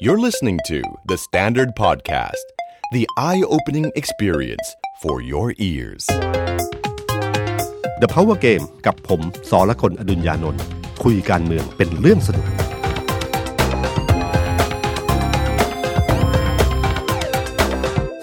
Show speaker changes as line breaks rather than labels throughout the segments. You're listening to The Standard Podcast, the eye opening experience for your ears.
The Power Game กับผมสอละคนอดุญญานนท์คุยการเมืองเป็นเรื่องสนุก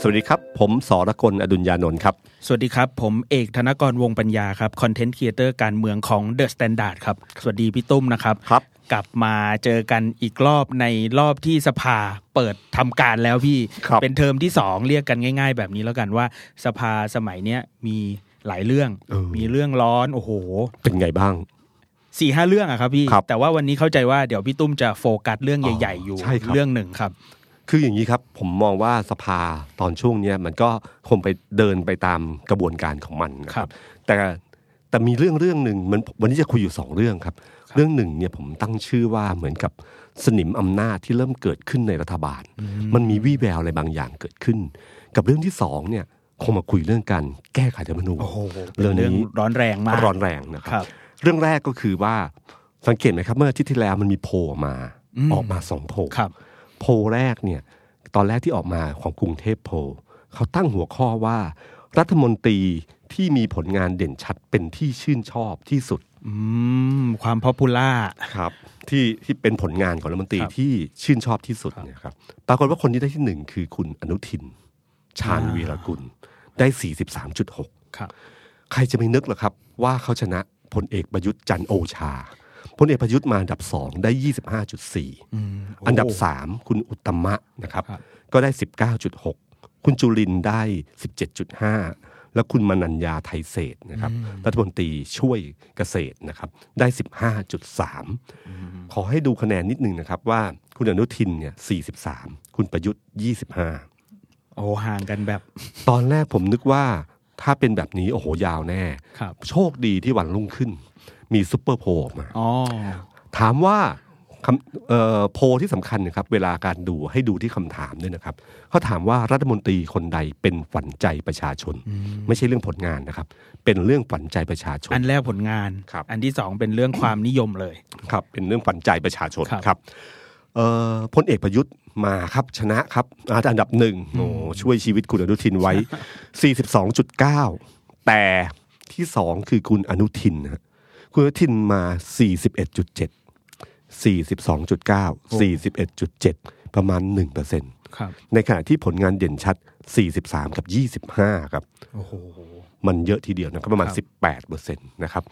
สวัสดีครับ ผมสอละคนอดุญญานนท์ครับ
สวัสดีครับ ผมเอกธนกรวงศ์ปัญญาครับคอนเทนต์ครีเอเตอร์การเมืองของ The Standard ครับ สวัสดีพี่ตุ้มนะครับ
ครับ
กลับมาเจอกันอีกรอบในรอบที่สภาเปิดทำการแล้วพี่
ครับ
เป็นเทอมที่สองเรียกกันง่าย ๆ แบบนี้แล้วกันว่าสภาสมัยเนี้ยมีหลายเรื่อง
เออ
มีเรื่องร้อนโอ้โห
เป็นไงบ้าง
สี่ห้าเรื่องอะครับพี่
ครับ
แต่ว่าวันนี้เข้าใจว่าเดี๋ยวพี่ตุ้มจะโฟกัสเรื่องใหญ่ ๆ อยู่
ใช่ครับ
เรื่องหนึ่งครับ
คืออย่างนี้ครับ ผมมองว่าสภาตอนช่วงเนี้ยมันก็คงไปเดินไปตามกระบวนการของมันนะค
ครั
รับบ แต่แต่มีเรื่องเรื่องหนึ่งมันวันนี้จะคุยอยู่สองเรื่องครับ
ครับ
เรื่องหนึ่งเนี่ยผมตั้งชื่อว่าเหมือนกับสนิมอำนาจที่เริ่มเกิดขึ้นในรัฐบาล มันมีวี่แววอะไรบางอย่างเกิดขึ้น กับเรื่องที่สองเนี่ยคงมาคุยเรื่องการแก้ไขรัฐธรรมนูญ
โอ้โห
เรื่อง
เรื่อง
นี้
ร้อนแรงมาก
ร้อนแรงนะค
ครับ รับ
เรื่องแรกก็คือว่าสังเกตไหมครับเมื่ออาทิตย์ที่แล้วมันมีโพลออกมา
อืม
ออกมาสองโพล
ครับ
โพลแรกเนี่ยตอนแรกที่ออกมาของกรุงเทพโพลเขาตั้งหัวข้อว่า รัฐมนตรีที่มีผลงานเด่นชัดเป็นที่ชื่นชอบที่สุด
อืมความพอปูล่า
ครับที่ที่เป็นผลงานของรัฐมนตรี
ครับ
ที่ชื่นชอบที่สุดเนี่ยครับปรากฏว่าคนที่ได้ที่หนึ่งคือคุณอนุทิน ชาญ
อ่า
วีรกุลได้ 43.6
ครับ
ใครจะไม่นึกล่ะครับ ว่าเขาชนะพลเอกประยุทธ์จันทร์โอชาพลเอกประยุทธ์มาอันดับสองได้ 25.4
อืมโ
อันดับ 3 คุณอุตตมะนะครับ
ครับ
ก็ได้ 19.6 คุณจุลินได้ 17.5 แล้วคุณมนัญญาไทยเศรษฐ์นะครับรัฐมนตรีช่วยเกษตรนะครับ ได้ 15.3 ขอให้ดูคะแนนนิดนึงนะครับว่าคุณอนุทินเนี่ย 43 คุณประยุทธ์ 25
โอ้ห่างกันแบบ
ตอนแรกผมนึกว่าถ้าเป็นแบบนี้ โอ้โห ยาวแน่
ครับ
โชคดีที่วันรุ่งขึ้น มีซุปเปอร์โพลออกมา
อ๋อ
ถามว่าคำเอ่อโพลที่สำคัญนะครับ เวลาการดูให้ดูที่คำถามด้วยนะครับเขาถามว่ารัฐมนตรีคนใดเป็นฝันใจประชาชน ไม่ใช่เรื่องผลงานนะครับ เป็นเรื่องฝันใจประชาชน
อันแรกผลงาน
ครับ
อันที่สองเป็นเรื่องความนิยมเลย
ครับเป็นเรื่องฝันใจประชาชน
ครับ
ครับเอ่อพลเอกประยุทธ์มาครับชนะครับอ่าอันดับหนึ่งโอ้ช่วยชีวิตคุณอนุทิน ไว้ 42.9 แต่ที่สองคือคุณอนุทินนะฮะคุณอนุทินมา 41.7 42.9 41.7 ประมาณ 1%
ครับ
ในขณะที่ผลงานเด่นชัด 43 กับ 25 ครับ
โอ้โห
มันเยอะทีเดียวนะครับประมาณ
ครับ
18เปอร์เซ็นต์นะครับ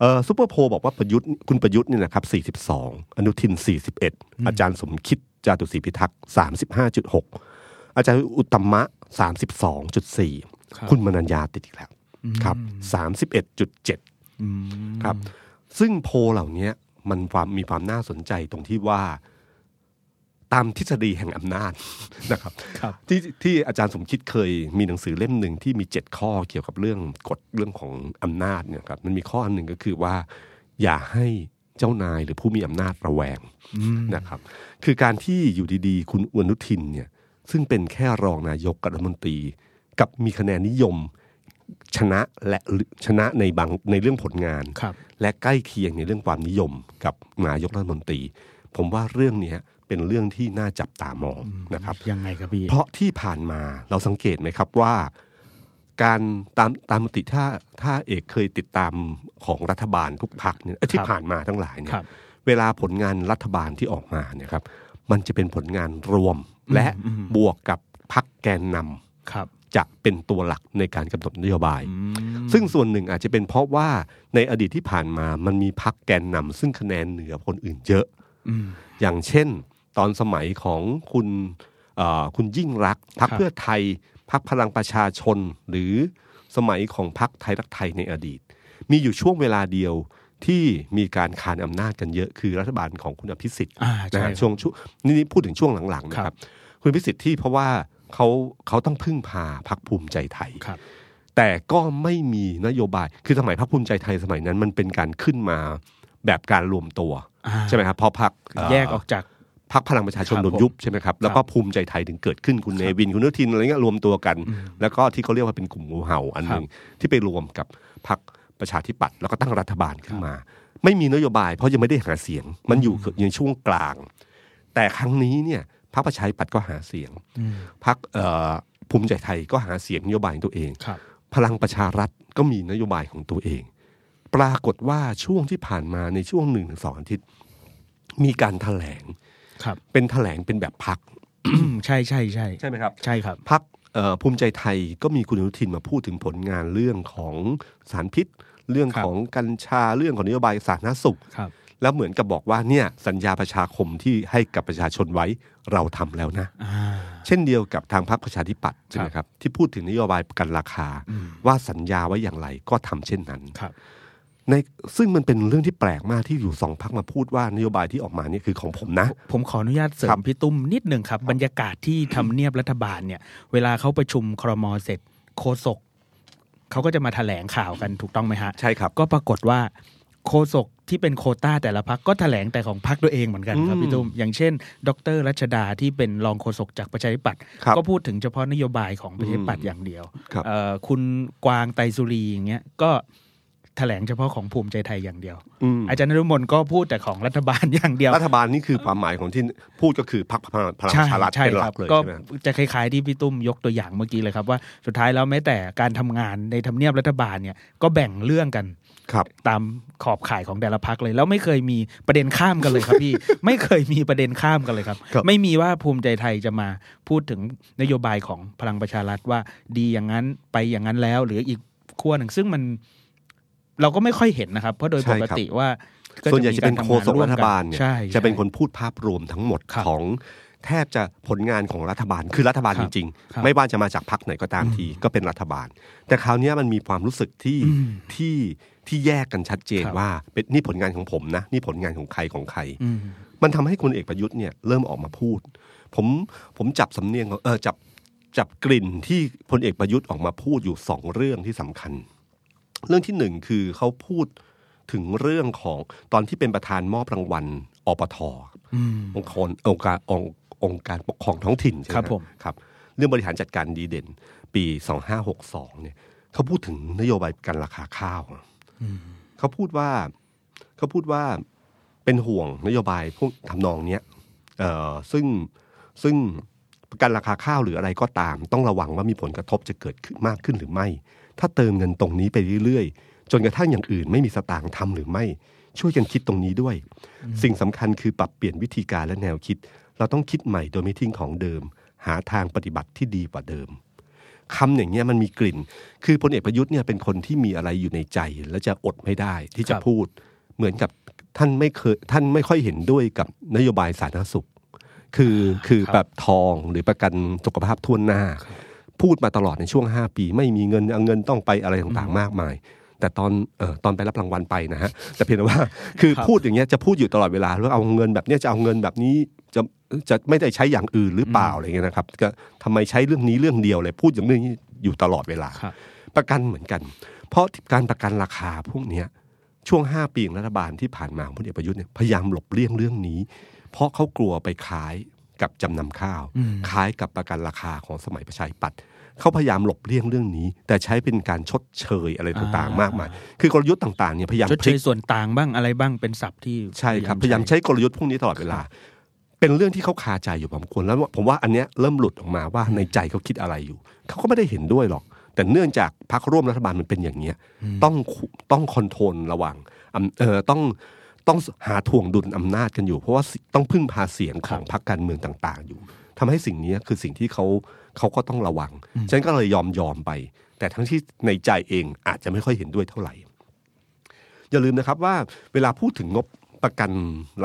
เอ่อซูเปอร์โพลบอกว่าประยุทธ์คุณประยุทธ์เนี่ยนะครับ42 อนุทิน 41 อาจารย์สมคิดจาตุศรีพิทักษ์35.6 อาจารย์อุตตมะ
ครับ
32.4 คุณมนัญญาติดอีกแล้วครับ31.7
อืม
ครับ ซึ่งโพลเหล่านี้มันความมีความน่าสนใจตรงที่ว่าตามทฤษฎีแห่งอำนาจ นะครับ
ครับ
ที่ที่อาจารย์สมคิดเคยมีหนังสือเล่มหนึ่งที่มีเจ็ดข้อเกี่ยวกับเรื่องกฎเรื่องของอำนาจเนี่ยครับมันมีข้ออันหนึ่งก็คือว่า อย่าให้เจ้านายหรือผู้มีอำนาจระแวงนะครับ คือการที่อยู่ดีๆ คุณอนุทินเนี่ยซึ่งเป็นแค่รองนายกกับรัฐมนตรี กับมีคะแนนนิยมชนะและชนะในบางในเรื่องผลงาน
ครับ
และใกล้เคียงในเรื่องความนิยมกับนายกรัฐมนตรี ผมว่าเรื่องเนี้ยเป็นเรื่องที่น่าจับตามองนะครับ
ยังไงครับพี่
เพราะที่ผ่านมาเราสังเกตไหมครับว่า การตามตามมติถ้าถ้าเอกเคยติดตามของรัฐบาลทุกพักเนี่ยเอ้ยที่ผ่านมาทั้งหลายเนี่
ครั
ย
บ
เวลาผลงานรัฐบาลที่ออกมาเนี่ยครับ มันจะเป็นผลงานรวมและบวกกับพักแกนนำ
ครับ
จะเป็นตัวหลักในการกำหนดนโยบาย
อืม
ซึ่งส่วนหนึ่งอาจจะเป็นเพราะว่าในอดีตที่ผ่านมามันมีพักแกนนำซึ่งคะแนนเหนือคนอื่นเยอะ
อืม
อย่างเช่น ตอนสมัยของคุณเอ่อคุณยิ่งรักษณ์พัก
ครับ
เพื่อไทยพักพลังประชาชน หรือสมัยของพักไทยรักไทยในอดีต มีอยู่ช่วงเวลาเดียวที่มีการคานอำนาจกันเยอะคือรัฐบาลของคุณอภิสิทธิ์
อ่าใช่
นะฮะ
ครับ
ช่วงช่วงนี่นี่พูดถึงช่วงหลังๆนะค
ครั
รับ
บ
คุณอภิสิทธิ์ที่เพราะว่าเขาเขาต้องพึ่งพาพักภูมิใจไทย
ครับ
แต่ก็ไม่มีนโยบาย คือสมัยพรรคภูมิใจไทยสมัยนั้นมันเป็นการขึ้นมาแบบการรวมตัว
อ่า
ใช่ไหมครับพอพรรคเ
แยกออกจาก
พรรคพลังประชาชน
ครับ
โดนยุบใช่ไหมครับ แล้วก็ภูมิใจไทยถึงเกิดขึ้นคุณเนวินคุณอนุทินอะไรเงี้ยรวมตัวกัน แล้วก็ที่เขาเรียกว่าเป็นกลุ่มงูเห่าอันหนึ่งที่ไปรวมกับพรรคประชาธิปัตย์แล้วก็ตั้งรัฐบาลขึ้นมา ไม่มีนโยบายเพราะยังไม่ได้หาเสียง มันอยู่ในช่วงกลาง แต่ครั้งนี้เนี่ย รรคประชาธิปัตย์ก็หาเสียง
อืม
พรรคเอ่อภูมิใจไทยก็หาเสียงนโยบายของตัวเอง
ครับ
พลังประชารัฐก็มีนโยบายของตัวเอง ปรากฏว่าช่วงที่ผ่านมาในช่วงหนึ่งถึงสองอาทิตย์ มีการแถลง
ครับ
เป็นแถลงเป็นแบบพัก
อืมใช่ใช่ใช่
ใช่ไหมครับ
ใช่ครับ
พักภูมิใจไทยก็มีคุณอนุทินมาพูดถึงผลงานเรื่องของสารพิษ เรื่อง
ครับ
ของกัญชาเรื่องของนโยบายสาธารณสุข
ครับ
แล้วเหมือนกับบอกว่าเนี่ยสัญญาประชาคมที่ให้กับประชาชนไว้เราทำแล้วนะ
อ่า
เช่นเดียวกับทางพรรคประชาธิปัตย์ใช่ไหมครับที่พูดถึงนโยบายประกันราคา
อืม
ว่าสัญญาไว้อย่างไรก็ทำเช่นนั้น
ครับ
ในซึ่งมันเป็นเรื่องที่แปลกมากที่อยู่สองพักมาพูดว่านโยบายที่ออกมาเนี่ยคือของผมนะ
ผมขออนุญาตเสริ
ครั
ม
บ
พี่ตุ้มนิดหนึ่งครับ บรรยากาศที่ทำเนียบรัฐบาลเนี่ย เวลาเขาประชุมครมเสร็จโฆษกเขาก็จะมาแถลงข่าวกันถูกต้องไหมฮะ
ใช่ครับ
ก็ปรากฏว่าโฆษกที่เป็นโควต้าแต่ละพักก็แถลงแต่ของพักตัวเองเหมือนกันครับพี่ตุ้มอย่างเช่น ดรรัชดาที่เป็นรองโฆษกจากประชาธิปัตย์
ครับ
ก็พูดถึงเฉพาะนโยบายของประชาธิปัตย์อย่างเดียว
ครับ
เอ่อคุณกวางไตรสุรีอย่างเงี้ยก็แถลงเฉพาะของภูมิใจไทยอย่างเดียว
อืม
อาจารย์นรุมนก็พูดแต่ของรัฐบาลอย่างเดียว
รัฐบาลนี่คือความหมายของที่พูดก็คือพรรคพลังประชารัฐเป็นหลักเลย
ก็
ใช่ไหม
จะคล้ายๆที่พี่ตุ้มยกตัวอย่างเมื่อกี้เลยครับว่าสุดท้ายแล้วแม้แต่การทำงานในทำเนียบรัฐบาลเนี่ยก็แบ่งเรื่องกัน
ครับ
ตามขอบข่ายของแต่ละพักเลย แล้วไม่เคยมีประเด็นข้ามกันเลยครับ พี่ ไม่เคยมีประเด็นข้ามกันเลยครับ
ครับ
ไม่มีว่าภูมิใจไทยจะมาพูดถึงนโยบายของพลังประชารัฐว่าดีอย่างนั้นไปอย่างนั้นแล้ว หรืออีกขั้วหนึ่งซึ่งมันเราก็ไม่ค่อยเห็นนะครับ เพราะโดย
ใช่
ป
ค
ก
รับ
ติว่าก็
ส่วนใหญ่จะเป็น
มี
โฆ
กา
ษ
ทำ
ก
ง
รัฐบาลเนี่ย
ใช่
จะเป็น
ใช่
คนพูดภาพรวมทั้งหมด
ครับ
ของแทบจะผลงานของรัฐบาลคือรัฐบาล
ครั
จ
บ
ริง
ครับ
ๆ ไม่ว่าจะมาจากพรรคไหนก็ตามทีก็เป็นรัฐบาล แต่คราวเนี้ยมันมีความรู้สึกที่ที่ที่แยกกันชัดเจน
ครับ
ว่าเป็นนี่ผลงานของผมนะนี่ผลงานของใครของใคร
อืม
มันทำให้คุณเอกประยุทธ์เนี่ยเริ่มออกมาพูด ผมผมจับสำเนียงของเออจับจับกลิ่นที่พลเอกประยุทธ์ออกมาพูดอยู่สองเรื่องที่สำคัญ เรื่องที่หนึ่งคือเขาพูดถึงเรื่องของตอนที่เป็นประธานมอบรางวัลอปท
อืม
องค์กรองค์การองค์องค์การปกครองท้องถิ่นใช่ไหม
ครับผม
ครับ เรื่องบริหารจัดการดีเด่น ปี 2562เนี่ยเขาพูดถึงนโยบายการราคาข้าวอะเขาพูดว่า เขาพูดว่าเป็นห่วงนโยบายพวกทำนองเนี้ยเอ่อซึ่งซึ่งประกันราคาข้าวหรืออะไรก็ตาม ต้องระวังว่ามีผลกระทบจะเกิดขึ้นมากขึ้นหรือไม่ ถ้าเติมเงินตรงนี้ไปเรื่อยๆ จนกระทั่งอย่างอื่นไม่มีสตางค์ทำหรือไม่ ช่วยกันคิดตรงนี้ด้วย สิ่งสำคัญคือปรับเปลี่ยนวิธีการและแนวคิด เราต้องคิดใหม่โดยไม่ทิ้งของเดิม หาทางปฏิบัติที่ดีกว่าเดิม คำอย่างเงี้ยมันมีกลิ่น คือพลเอกประยุทธ์เนี่ยเป็นคนที่มีอะไรอยู่ในใจ และจะอดไม่ได้ที่จะ
ครับ
พูด เหมือนกับท่านไม่เคยท่านไม่ค่อยเห็นด้วยกับนโยบายสาธารณสุข คือคือแบบทองหรือประกันสุขภาพทั่วหน้า พูดมาตลอดในช่วง 5 ปี ไม่มีเงินเอาเงินต้องไปอะไรต่างๆมากมาย แต่ตอนเออตอนไปรับรางวัลไปนะฮะแต่เพียงแต่ว่า คือ
ครับ
พูดอย่างเงี้ยจะพูดอยู่ตลอดเวลาว่าเอาเงินแบบเนี้ยจะเอาเงินแบบนี้จะจะไม่ได้ใช้อย่างอื่นหรือเปล่าอะไรเงี้ยนะครับก็ทำไมใช้เรื่องนี้เรื่องเดียวเลยพูดอย่างนี้อยู่ตลอดเวลา
ครับ
ประกันเหมือนกัน เพราะการประกันราคาพวกเนี้ยช่วง 5 ปีของรัฐบาลที่ผ่านมาของพลเอกประยุทธ์เนี่ยพยายามหลบเลี่ยงเรื่องนี้ เพราะเขากลัวไปขายกับจำนำข้าว
อืม
ขายกับประกันราคาของสมัยประชาธิปัตย์เขาพยายามหลบเลี่ยงเรื่องนี้ แต่ใช้เป็นการชดเชยอะไรต่างๆ มากมายคือกลยุทธ์ต่างๆเนี่ยพยายาม
ชด
พ
เช
ลิก
ยส่วนต่างบ้างอะไรบ้างเป็นศัพท์ที่
ใช่ครับ พ
ใช้
ยายามใช้กลยุทธ์พวกนี้ตลอดเวลา เป็นเรื่องที่เขาคาใจอยู่พอสมควรแล้วผมว่าอันเนี้ยเริ่มหลุดออกมาว่าในใจเขาคิดอะไรอยู่ เขาก็ไม่ได้เห็นด้วยหรอก แต่เนื่องจากพรรคร่วมรัฐบาลมันเป็นอย่างเนี้ยต้องคุต้องคอนโทรลระหว่างอำเออต้องต้องหาถ่วงดุลอำนาจกันอยู่ เพราะว่าสิต้องพึ่งพาเสียงของพรรคการเมืองต่าง ๆ อยู่ทำให้สิ่งเนี้ยคือสิ่งที่เขาเขาก็ต้องระวังฉันก็เลยยอมยอมไป แต่ทั้งที่ในใจเองอาจจะไม่ค่อยเห็นด้วยเท่าไหร่ อย่าลืมนะครับว่าเวลาพูดถึงงบประกัน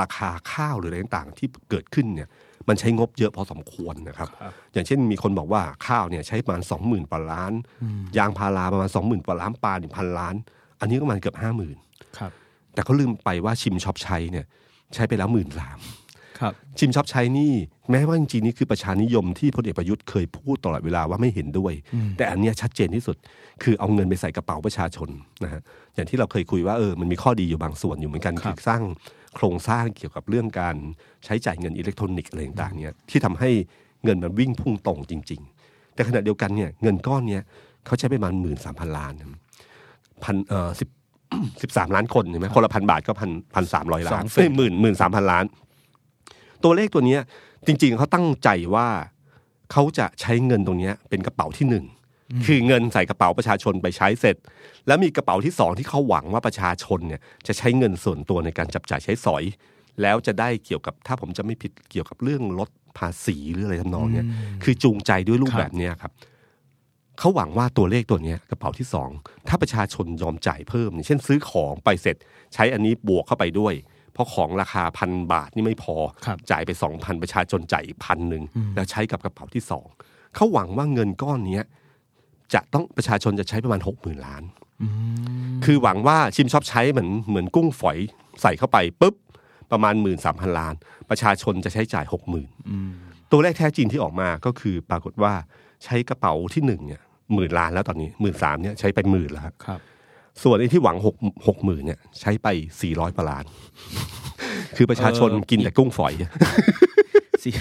ราคาข้าวหรืออะไรต่างๆ ที่เกิดขึ้นเนี่ยมันใช้งบเยอะพอสมควรนะครับ อย่างเช่นมีคนบอกว่าข้าวเนี่ยใช้ประมาณสองหมื่นกว่าล้าน ยางพาราประมาณสองหมื่นกว่าล้านปลาหนึ่งพันล้าน อันนี้ก็ประมาณเกือบห้าหมื่น
ครับ
แต่เขาลืมไปว่าชิมช็อปใช้เนี่ยใช้ไปแล้วหมื่นสาม
ครับ
ชิมช็อปใช้นี่แม้ว่าจริงๆนี่คือประชานิยมที่พลเอกประยุทธ์เคยพูดตลอดเวลาว่าไม่เห็นด้วย แต่อันเนี้ยชัดเจนที่สุด คือเอาเงินไปใส่กระเป๋าประชาชนนะฮะอย่างที่เราเคยคุยว่าเออมันมีข้อดีอยู่บางส่วนอยู่เหมือนกัน
ครั
คื
บ
อสร้างโครงสร้างเกี่ยวกับเรื่องการใช้จ่ายเงินอิเล็กทรอนิกส์อะไรต่างๆเนี่ยที่ทำให้เงินมันวิ่งพุ่งตรงจริง ๆ แต่ขณะเดียวกันเนี่ยเงินก้อนเนี่ยเขาใช้ไปประมาณหมื่นสามพันล้านนะพันเอ่อสิบสิบสามล้านคนใช่ไหมคนละพันบาทก็พันพันสามร้อยล้าน
สองเฟส
หมื่นหมื่นสามพันล้าน ตัวเลขตัวเนี้ยจริง ๆเขาตั้งใจว่าเขาจะใช้เงินตรงเนี้ยเป็นกระเป๋าที่หนึ่งคือเงินใส่กระเป๋าประชาชนไปใช้เสร็จ แล้วมีกระเป๋าที่สองที่เขาหวังว่าประชาชนเนี่ยจะใช้เงินส่วนตัวในการจับจ่ายใช้สอย แล้วจะได้เกี่ยวกับถ้าผมจะไม่ผิดเกี่ยวกับเรื่องลดภาษีหรืออะไรทำนองเนี้ยคือจูงใจด้วยรูป
ครับ
แบบเนี้ยครับ เขาหวังว่าตัวเลขตัวเนี้ยกระเป๋าที่สองถ้าประชาชนยอมจ่ายเพิ่มเนี่ยเช่นซื้อของไปเสร็จ ใช้อันนี้บวกเข้าไปด้วย เพราะของราคาพันบาทนี่ไม่พอ
ครับ
จ่ายไปสองพันประชาชนจ่ายอีกพันหนึ่งแล้วใช้กับกระเป๋าที่สองเขาหวังว่าเงินก้อนเนี้ยจะต้องประชาชนจะใช้ประมาณหกหมื่นล้าน คือหวังว่าชิมชอบใช้เหมือนเหมือนกุ้งฝอยใส่เข้าไปปุ๊บประมาณหมื่นสามพันล้าน ประชาชนจะใช้จ่ายหกหมื่น ตัวเลขแท้จริงที่ออกมาก็คือปรากฏว่าใช้กระเป๋าที่หนึ่งเนี่ยหมื่นล้านแล้วตอนนี้หมื่นสามเนี่ยใช้ไปหมื่นแล้วครับ
ครับ
ส่วนไอ้ที่หวังหกหกหมื่นเนี่ยใช้ไปสี่ร้อยกว่าล้าน คือประชาชน
เออ
กินแต่กุ้งฝอย
สี่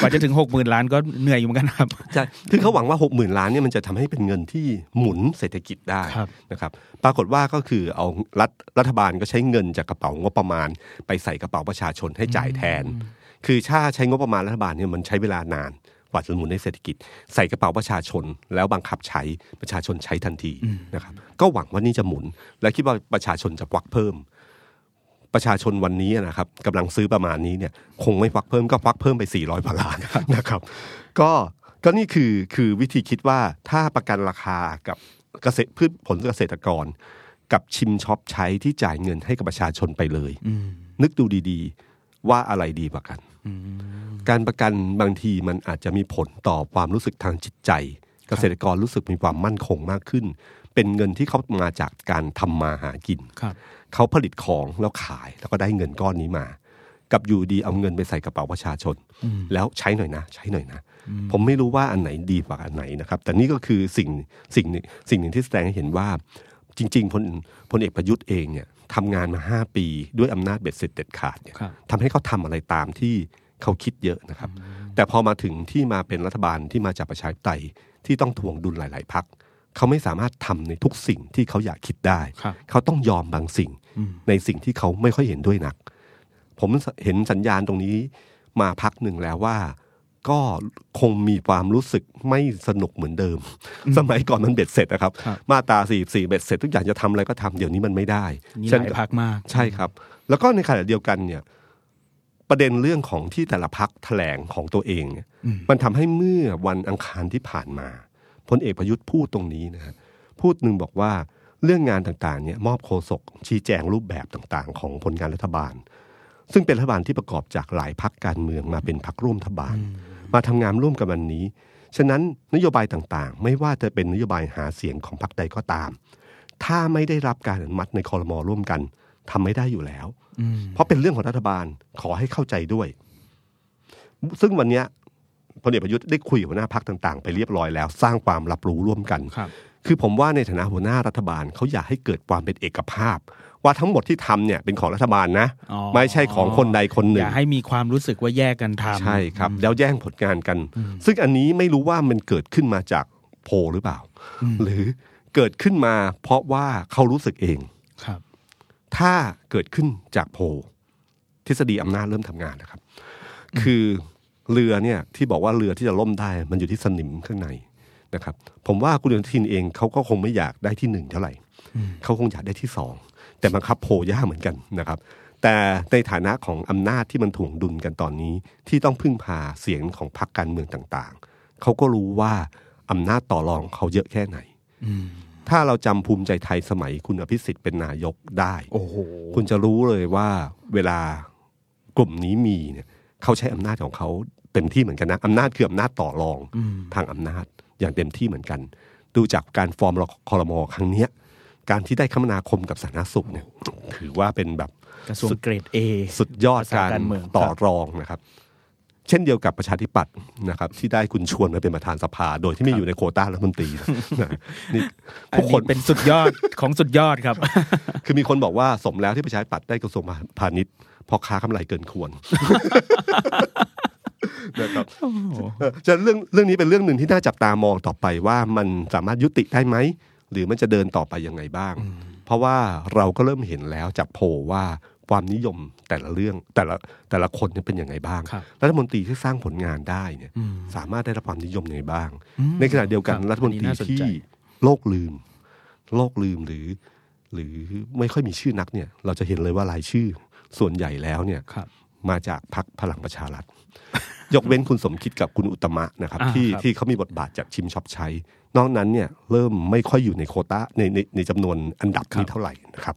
กว่าจะถึงหกหมื่นล้านก็เหนื่อยอยู่เหมือนกันครับ
ใช่คือเขาหวังว่าหกหมื่นล้านเนี่ยมันจะทำให้เป็นเงินที่หมุนเศรษฐกิจได้
ครับ
นะครับ ปรากฏว่าก็คือเอารัฐรัฐบาลก็ใช้เงินจากกระเป๋างบประมาณ ไปใส่กระเป๋าประชาชนให้จ่ายแทน คือถ้าใช้งบประมาณรัฐบาลเนี่ยมันใช้เวลานานกว่าจะหมุนในเศรษฐกิจ ใส่กระเป๋าประชาชน แล้วบังคับใช้ประชาชนใช้ทันทีนะครับ ก็หวังว่านี่จะหมุน และคิดว่าประชาชนจะควักเพิ่ม ประชาชนวันนี้นะครับกำลังซื้อประมาณนี้เนี่ย คงไม่ควักเพิ่มก็ควักเพิ่มไป 400กว่าล้าน นะครับ ก็ก็นี่คือคือวิธีคิดว่าถ้าประกันราคากับเกษตรพืชผลเกษตรกร กับชิมช็อปใช้ที่จ่ายเงินให้กับประชาชนไปเลย นึกดูดีๆ ว่าอะไรดีกว่ากัน การประกันบางทีมันอาจจะมีผลต่อความรู้สึกทางจิตใจ เกษตรกรรู้สึกมีความมั่นคงมากขึ้น เป็นเงินที่เขามาจากการทำมาหากิน
ครับ
เขาผลิตของแล้วขายแล้วก็ได้เงินก้อนนี้มา กับอยู่ดีเอาเงินไปใส่กระเป๋าประชาชน แล้วใช้หน่อยนะ ใช้หน่อยนะ ผมไม่รู้ว่าอันไหนดีกว่าอันไหนนะครับ แต่นี่ก็คือสิ่งสิ่งหนึ่งสิ่งหนึ่งที่แสดงให้เห็นว่าจริงๆพลพลเอกประยุทธ์เองเนี่ยทำงานมาห้าปี ด้วยอำนาจเบ็ดเสร็จเด็ดขาดเนี่ย
ครับ
ทำให้เขาทำอะไรตามที่เขาคิดเยอะนะครับ แต่พอมาถึงที่มาเป็นรัฐบาลที่มาจากประชาธิปไตยที่ต้องทวงดุลหลาย ๆพักเขาไม่สามารถทำในทุกสิ่งที่เขาอยากคิดได้
ครับ
เขาต้องยอมบางสิ่งในสิ่งที่เขาไม่ค่อยเห็นด้วยนัก ผมเห็นสัญญาณตรงนี้มาพักหนึ่งแล้วว่า ก็คงมีความรู้สึกไม่สนุกเหมือนเดิม สมัยก่อนมันเบ็ดเสร็จนะครับ
ครับ
มาตรา44เบ็ดเสร็จทุกอย่างจะทำอะไรก็ทำเดี๋ยวนี้มันไม่ได้
นี่ห
ฉะ
ลายพักมาก
ใช่ครับ แล้วก็ในขณะเดียวกันเนี่ย ประเด็นเรื่องของที่แต่ละพักแถลงของตัวเองเนี่ยมันทำให้เมื่อวันอังคารที่ผ่านมาพลเอกประยุทธ์พูดตรงนี้นะฮะพูดหนึ่งบอกว่าเรื่องงานต่างๆเนี่ยมอบโฆษกชี้แจงรูปแบบต่างๆ ของผลงานรัฐบาล ซึ่งเป็นรัฐบาลที่ประกอบจากหลายพักการเมืองมาเป็นพักร่วมรัฐบาล มาทำงานร่วมกันวันนี้ ฉะนั้นนโยบายต่างๆ ไม่ว่าจะเป็นนโยบายหาเสียงของพรรคใดก็ตาม ถ้าไม่ได้รับการอนุมัติในคอรมอร่วมกันทำไม่ได้อยู่แล้ว
อืม
เพราะเป็นเรื่องของรัฐบาลขอให้เข้าใจด้วย ซึ่งวันเนี้ยพลเอกประยุทธ์ได้คุยกับหัวหน้าพักต่างๆ ไปเรียบร้อยแล้ว สร้างความรับรู้ร่วมกัน
ครับ
คือผมว่าในฐานะหัวหน้ารัฐบาลเขาอยากให้เกิดความเป็นเอกภาพ ว่าทั้งหมดที่ทำเนี่ยเป็นของรัฐบาลนะ
อ๋อ
ไม่ใช่ของคนใดคนห
อ
นึ่ง
ย่าให้มีความรู้สึกว่าแยกกันทำ
ใช่ครับ แล้วแย่งผลงานกัน ซึ่งอันนี้ไม่รู้ว่ามันเกิดขึ้นมาจากโพลหรือเปล่า หรือเกิดขึ้นมาเพราะว่าเขารู้สึกเอง
ครับ
ถ้าเกิดขึ้นจากโพลทฤษฎีอำนาจเริ่มทำงานนะครับ คือเรือเนี่ยที่บอกว่าเรือที่จะล่มได้ มันอยู่ที่สนิมข้างในนะครับ ผมว่าคุณอนุทินเองเขาก็คงไม่อยากได้ที่หนึ่งเท่าไหร่เขาคงอยากได้ที่สองแต่บังคับโพลยากเหมือนกันนะครับ แต่ในฐานะของอำนาจที่มันถ่วงดุลกันตอนนี้ ที่ต้องพึ่งพาเสียงของพรรคการเมืองต่างๆเขาก็รู้ว่าอำนาจต่อรองเขาเยอะแค่ไหนถ้าเราจำภูมิใจไทยสมัยคุณอภิสิทธิ์เป็นนายกได้
โอ้โห
คุณจะรู้เลยว่าเวลากลุ่มนี้มีเนี่ยเขาใช้อำนาจของเขาเต็มที่เหมือนกันนะอำนาจคืออำนาจต่อรองทางอำนาจอย่างเต็มที่เหมือนกัน ดูจากการฟอร์มคอรมอครั้งเนี้ย การที่ได้คมนาคมกับสาธารณสุขเนี่ยถือว่าเป็นแบบ
กระทรวงเกรดเอ
สุดยอด
ภาษา
การ
การเมือง
ต่อ
ครับ
รองนะครับ เช่นเดียวกับประชาธิปัตย์นะครับ ที่ได้คุณชวนมาเป็นประธานสภา โดยที่ไม่อยู่ในโควต้ารัฐมนตรีนะ นี่
อั
ทุ
น
กค
นี้
น
เป็นสุดยอด ของสุดยอดครับ
คือมีคนบอกว่าสมแล้วที่ประชาธิปัตย์ได้กระทรวงพาณิชย์เพอค้ากำไรเกินควร นะครับเออจะเรื่องเรื่องนี้เป็นเรื่องหนึ่งที่น่าจับตามองต่อไปว่ามันสามารถยุติได้ไหม หรือมันจะเดินต่อไปยังไงบ้าง เพราะว่าเราก็เริ่มเห็นแล้วจากโพลว่าความนิยม แต่ละเรื่องแต่ละแต่ละคนเนี่ยเป็นยังไงบ้าง
ครับ
รัฐมนตรีที่สร้างผลงานได้เนี่ย
อืม
สามารถได้รับความนิยมยังไงบ้าง
อืม
ในขณะเดียวกัน
ครับ
รัฐมนตรี
อันนี้น่าสน
ที่
ใจ
โลกลืม โลกลืมหรือ หรือไม่ค่อยมีชื่อนักเนี่ย เราจะเห็นเลยว่ารายชื่อส่วนใหญ่แล้วเนี่ย
ครับ
มาจากพรรคพลังประชารัฐ ยกเว้นคุณสมคิดกับคุณอุตมะนะครับ
อ่า
ที่
ครับ
ที่เขามีบทบาทจากชิมช็อปใช้ นอกนั้นเนี่ยเริ่มไม่ค่อยอยู่ในโควตาในในในจำนวนอันดับนี้เท่าไหร่นะครับ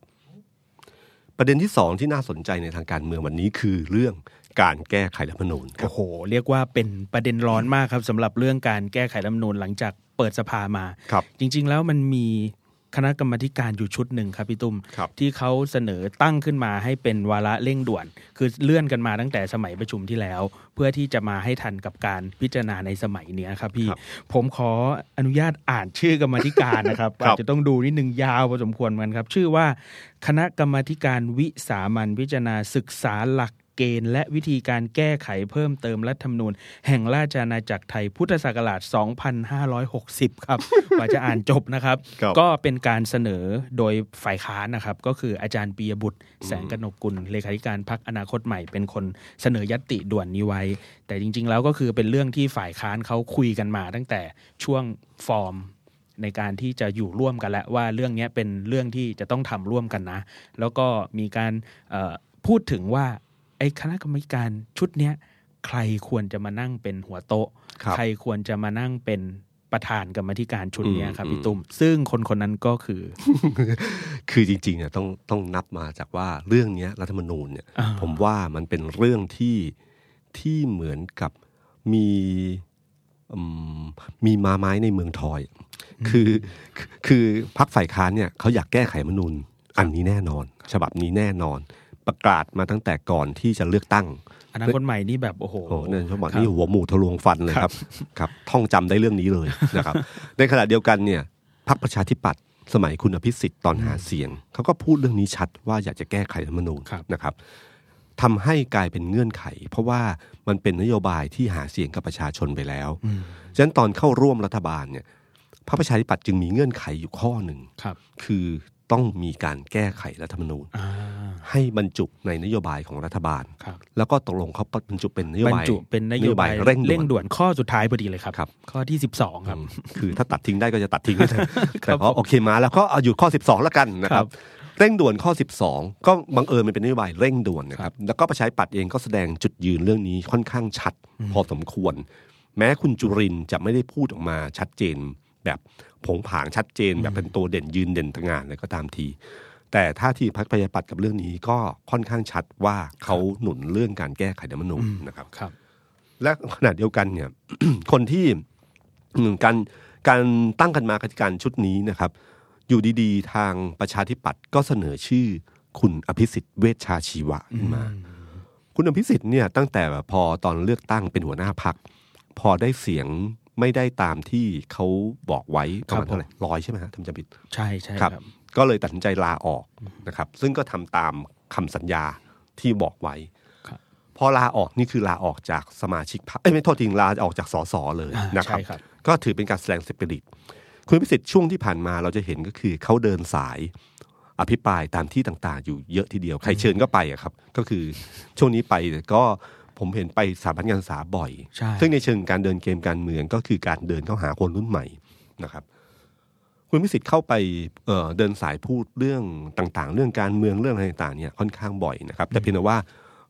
ประเด็นที่สองที่น่าสนใจในทางการเมืองวันนี้คือเรื่องการแก้ไขรัฐธรรมนูญครับ
โอ้โห เรียกว่าเป็นประเด็นร้อนมากครับสำหรับเรื่องการแก้ไขรัฐธรรมนูญหลังจากเปิดสภามา
ครับ
จริง ๆ แล้วมันมีคณะกรรมาธิการอยู่ชุดหนึ่งครับพี่ตุ้ม
ครับ
ที่เขาเสนอตั้งขึ้นมาให้เป็นวาระเร่งด่วน คือเลื่อนกันมาตั้งแต่สมัยประชุมที่แล้ว เพื่อที่จะมาให้ทันกับการพิจารณาในสมัยเนี้ยครับพี่
ครับ
ผมขออนุญาตอ่านชื่อกรรมาธิการนะครับ
ครั
อาจ
บ
จะต้องดูนิดนึงยาวพอสมควรเหมือนกันครับ ชื่อว่าคณะกรรมาธิการวิสามันพิจารณาศึกษาหลักเกณฑ์และวิธีการแก้ไขเพิ่มเติมรัฐธรรมนูญ แห่งราชอาณาจักรไทยพุทธศักราช 2560 ครับ กว่าจะอ่านจบนะครับ
ครับ
ก็เป็นการเสนอโดยฝ่ายค้านนะครับ ก็คืออาจารย์ปียบุตร แสงกนกกุลเลขาธิการพักอนาคตใหม่เป็นคนเสนอยัตติด่วนนี้ไว้ แต่จริง ๆ แล้วก็คือเป็นเรื่องที่ฝ่ายค้านเขาคุยกันมา ตั้งแต่ช่วงฟอร์ม ในการที่จะอยู่ร่วมกันแล้วว่าเรื่องเนี้ยเป็นเรื่องที่จะต้องทำร่วมกันนะ แล้วก็มีการเอ่อพูดถึงว่าไอ้คณะกรรมการชุดเนี้ยใครควรจะมานั่งเป็นหัวโต๊ะ
ครับ
ใครควรจะมานั่งเป็นประธานกรรมธิการชุดเนี้ยครับ
อืม
พี่ตุ้มซึ่งคนคนนั้นก็ คือ
คือจริงๆเนี่ยต้องต้องนับมาจากว่าเรื่องเนี้ยรัฐธรรมนูญเนี่ย
อ่า
ผมว่ามันเป็นเรื่องที่ที่เหมือนกับมีอืมมีมาไม้ในเมืองทอย คือคือคือพักฝ่ายค้านเนี่ยเขาอยากแก้ไขรัฐธรรมนูญอันนี้แน่นอน ฉบับนี้แน่นอน ประกาศมาตั้งแต่ก่อนที่จะเลือกตั้ง
อนาคตใหม่นี่แบบโอ้โห
โอ้โหเนี่ยเขาบอก
ครับ
นี่หัวหมูทะลวงฟันเลยครับครับท่องจำได้เรื่องนี้เลยนะครับ ในขณะเดียวกันเนี่ยพรรคประชาธิปัตย์สมัยคุณอภิสิทธิ์ตอนหาเสียงเขาก็พูดเรื่องนี้ชัดว่าอยากจะแก้ไขรัฐธรรมนูญ
ครับ
นะครับทำให้กลายเป็นเงื่อนไข เพราะว่ามันเป็นนโยบายที่หาเสียงกับประชาชนไปแล้ว
อืม
ฉะนั้นตอนเข้าร่วมรัฐบาลเนี่ยพรรคประชาธิปัตย์จึงมีเงื่อนไขอยู่ข้อหนึ่ง
ครับ
คือต้องมีการแก้ไขรัฐธรรมนูญ
อ่า
ให้บรรจุในนโยบายของรัฐบาล
ครับ
แล้วก็ตกลงเขาบรรจุเป็นนโย
บรร
บาย
จุเป็นนโยบาย
เร่งด่วน
เร่งด่วนข้อสุดท้ายพอดีเลยครับ
ครับ
ข้อที่ 12 ครับ
อืมคือถ้าตัดทิ้งได้ก็จะตัดทิ้ง แต่
ครับ
พอโอเคมาแล้วก็เอาหยุดข้อ 12 แล้วกันนะค
ครั
รับ
บ
เร่งด่วนข้อ 12 ก็บังเอิญมันเป็นนโยบายเร่งด่วนนะครับ แล้วก็ประชาธิปัตย์เองก็แสดงจุดยืนเรื่องนี้ค่อนข้างชัด พอสมควร แม้คุณจุรินทร์จะไม่ได้พูดออกมาชัดเจน แบบผงผางชัดเจน แบบเป็นตัวเด่นยืนเด่นตางานอะไรก็ตามที แต่ท่าทีพรรคประชาธิปัตย์กับเรื่องนี้ก็ค่อนข้างชัดว่าเขาหนุนเรื่องการแก้ไขรัฐธรรมนูญ
อืม
นะครับ
ครับ
และ ขณะเดียวกันเนี่ย คนที่อืมการการตั้งกันมาการชุดนี้นะครับ อยู่ดีๆ ทางประชาธิปัตย์ก็เสนอชื่อคุณอภิสิทธิ์เวชชาชีวะขึ้นมา คุณอภิสิทธิ์เนี่ยตั้งแต่พอตอนเลือกตั้งเป็นหัวหน้าพัก พอได้เสียงไม่ได้ตามที่เขาบอกไว้ประมาณเท่าไหร่ร้อยใช่ไหมฮะทำจำผิด
ใช่ใช่
ค
ค
รั
รับ บ
ก็เลยตัดสินใจลาออกนะครับ ซึ่งก็ทำตามคำสัญญาที่บอกไว้
ครับ
พอลาออกนี่คือลาออกจากสมาชิกพรรคเอ้ยไม่โทษทีลาออกจากสสเลย
อ่า
นะครับ
ใช่ครับ
ก็ถือเป็นการแสดงสปิริตคุณพิสิทธิ์ช่วงที่ผ่านมาเราจะเห็นก็คือเขาเดินสาย อภิปรายตามที่ต่างๆ อยู่เยอะทีเดียว ใครเชิญก็ไปอะครับ ก็คือ ช่วงนี้ไปก็ผมเห็นไปสถาบันการศึกษาบ่อย
ใช่
ซึ่งในเชิงการเดินเกมการเมืองก็คือการเดินเข้าหาคนรุ่นใหม่นะครับ คุณพิสิทธิ์เข้าไปเอ่อเดินสายพูดเรื่องต่างๆ เรื่องการเมืองเรื่องอะไรต่างๆเนี่ยค่อนข้างบ่อยนะครับ แต่เพียงแต่ว่า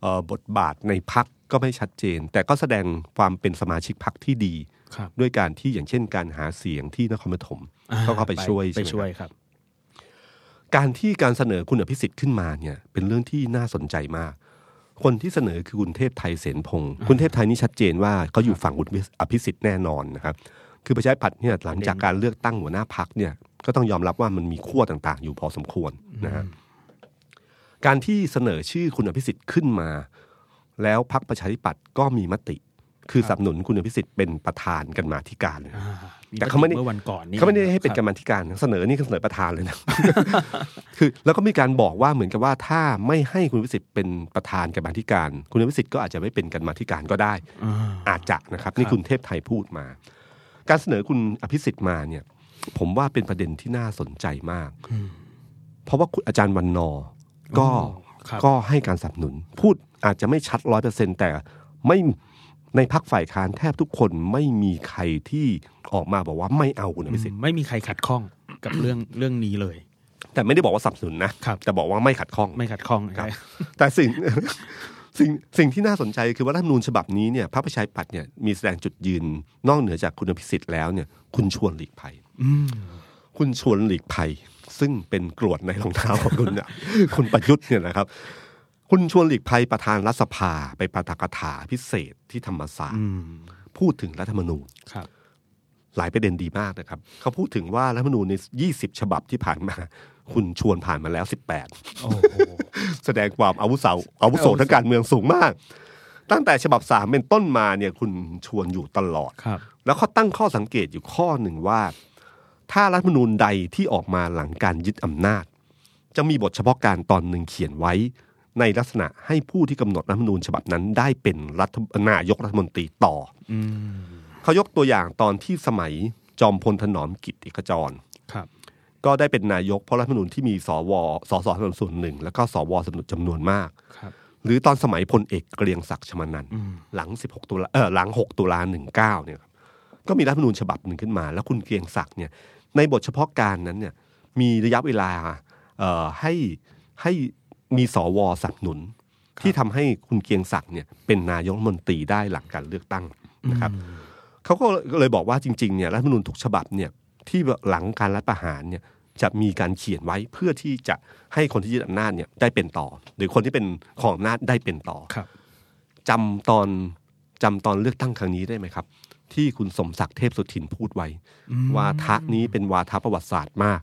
เอ่อบทบาทในพักก็ไม่ชัดเจน แต่ก็แสดงความเป็นสมาชิกพักที่ดี
ครับ
ด้วยการที่อย่างเช่นการหาเสียงที่นครปฐม
อ่
เขาเข้าไปช่วย
ไป
ใช่ไหม
ช่วย
ครับ
ครับ
การที่การเสนอคุณอภิสิทธิ์ขึ้นมาเนี่ยเป็นเรื่องที่น่าสนใจมาก คนที่เสนอคือคุณเทพไทยเสนพงศ์คุณเทพไทยนี่ชัดเจนว่าเขาอยู่ฝั่งคุณอภิสิทธิ์แน่นอนนะครับ คือประชาธิปัตย์เนี่ยหลังจากการเลือกตั้งหัวหน้าพักเนี่ยก็ต้องยอมรับว่ามันมีขั้วต่างๆ อยู่พอสมควรนะฮะการที่เสนอชื่อคุณอภิสิทธิ์ขึ้นมา แล้วพักประชาธิปัตย์ก็มีมติ คือสนับสนุนคุณอภิสิทธิ์เป็นประธานกันมาธิการเลย
อ่า
แต่เขาไม่ได้
เมื่อวันก่อนนี่
เขาไม่ได้ให้เป็นกร
คบ
รมาธิการนะเสนอนี่คือเสนอประธานเลยนะ คือแล้วก็มีการบอกว่าเหมือนกับว่าถ้าไม่ให้คุณวิสิทธิ์เป็นประธานกรรมาธิการ คุณวิสิทธิ์ก็อาจจะไม่เป็นกรรมาธิการก็ได้
อ่า
อาจจะนะครับ นี่คุณเทพไทยพูดมา การเสนอคุณอภิสิทธิ์มาเนี่ย ผมว่าเป็นประเด็นที่น่าสนใจมาก เพราะว่าคุณอาจารย์วันนอร์ก็
อ๋อ ครับ
ก็ให้การสนับสนุน พูดอาจจะไม่ชัดร้อยเปอร์เซ็นแต่ไม่ในพักฝ่ายค้านแทบทุกคนไม่มีใครที่ออกมาบอกว่าไม่เอาคุณอภิสิทธิ์
ไม่มีใครขัดข้องกับเรื่อง เรื่องนี้เลย
แต่ไม่ได้บอกว่าสนับสนุนนะครับ แต่บอกว่าไม่ขัดข้อง
ไม่ขัดข้อง
ครับ
ใช่
แต่สิ่ง สิ่งสิ่งที่น่าสนใจคือว่ารัฐธรรมนูญฉบับนี้เนี่ยพระประชัยปัตย์เนี่ยมีแสดงจุดยืนนอกเหนือจากคุณอภิสิทธิ์แล้วเนี่ยคุณชวนหลีกภัยคุณชวนหลีกภัย ซึ่งเป็นกรวดในรองเท้าของคุณเนี่ย คุณประยุทธ์เนี่ยนะครับ คุณชวนหลีกภัยประธานรัฐสภาไปประกถาพิเศษที่ธรรมศาสตร์
อืม
พูดถึงรัฐธรรมนูญ
ครับ
หลายประเด็นดีมากนะครับ เขาพูดถึงว่ารัฐธรรมนูญใน 20 ฉบับที่ผ่าน มา คุณชวนผ่านมาแล้ว 18
โอ้โห
แสดงความอาวุโสอาวุโสทางการเมืองสูงมาก ตั้งแต่ฉบับสามเป็นต้นมาเนี่ยคุณชวนอยู่ตลอด
ครับ
แล้วเขาตั้งข้อสังเกตอยู่ข้อหนึ่งว่า ถ้ารัฐธรรมนูญใดที่ออกมาหลังการยึดอำนาจ จะมีบทเฉพาะการตอนหนึ่งเขียนไว้ ในลักษณะให้ผู้ที่กำหนดรัฐธรรมนูญฉบับนั้นได้เป็นรัฐนายกรัฐมนตรีต่อ
อืม
เขายกตัวอย่างตอนที่สมัยจอมพลถนอมกิตติขจร
ครับ
ก็ได้เป็นนายกเพราะรัฐธรรมนูญที่มีสวสสสนับสนุนหนึ่งแล้วก็สวสนับสนุนจำนวนมาก
ครับ
หรือตอนสมัยพลเอกเกรียงศักดิ์ชมานันท์
อืม
หลัง 16 ตุลาเออหลัง 6 ตุลา19เนี่ยครับก็มีรัฐธรรมนูญฉบับหนึ่งขึ้นมา แล้วคุณเกรียงศักดิ์เนี่ยในบทเฉพาะการนั้นเนี่ยมีระยะเวลาเอ่อให้ให้มีสวสนับสนุน ที่ทำให้คุณเกรียงศักดิ์เนี่ยเป็นนายกรัฐมนตรีได้หลังการเลือกตั้งนะครับเขาก็เลยบอกว่าจริงๆเนี่ยรัฐธรรมนูญทุกฉบับเนี่ยที่หลังการรัฐประหารเนี่ยจะมีการเขียนไว้เพื่อที่จะให้คนที่ยึดอำนาจเนี่ยได้เป็นต่อ หรือคนที่เป็นของอำนาจได้เป็นต่อ
ครับ
จำตอนจำตอนเลือกตั้งครั้งนี้ได้ไหมครับ ที่คุณสมศักดิ์เทพสุทินพูดไว้ วาทะนี้เป็นวาทะประวัติศาสตร์มาก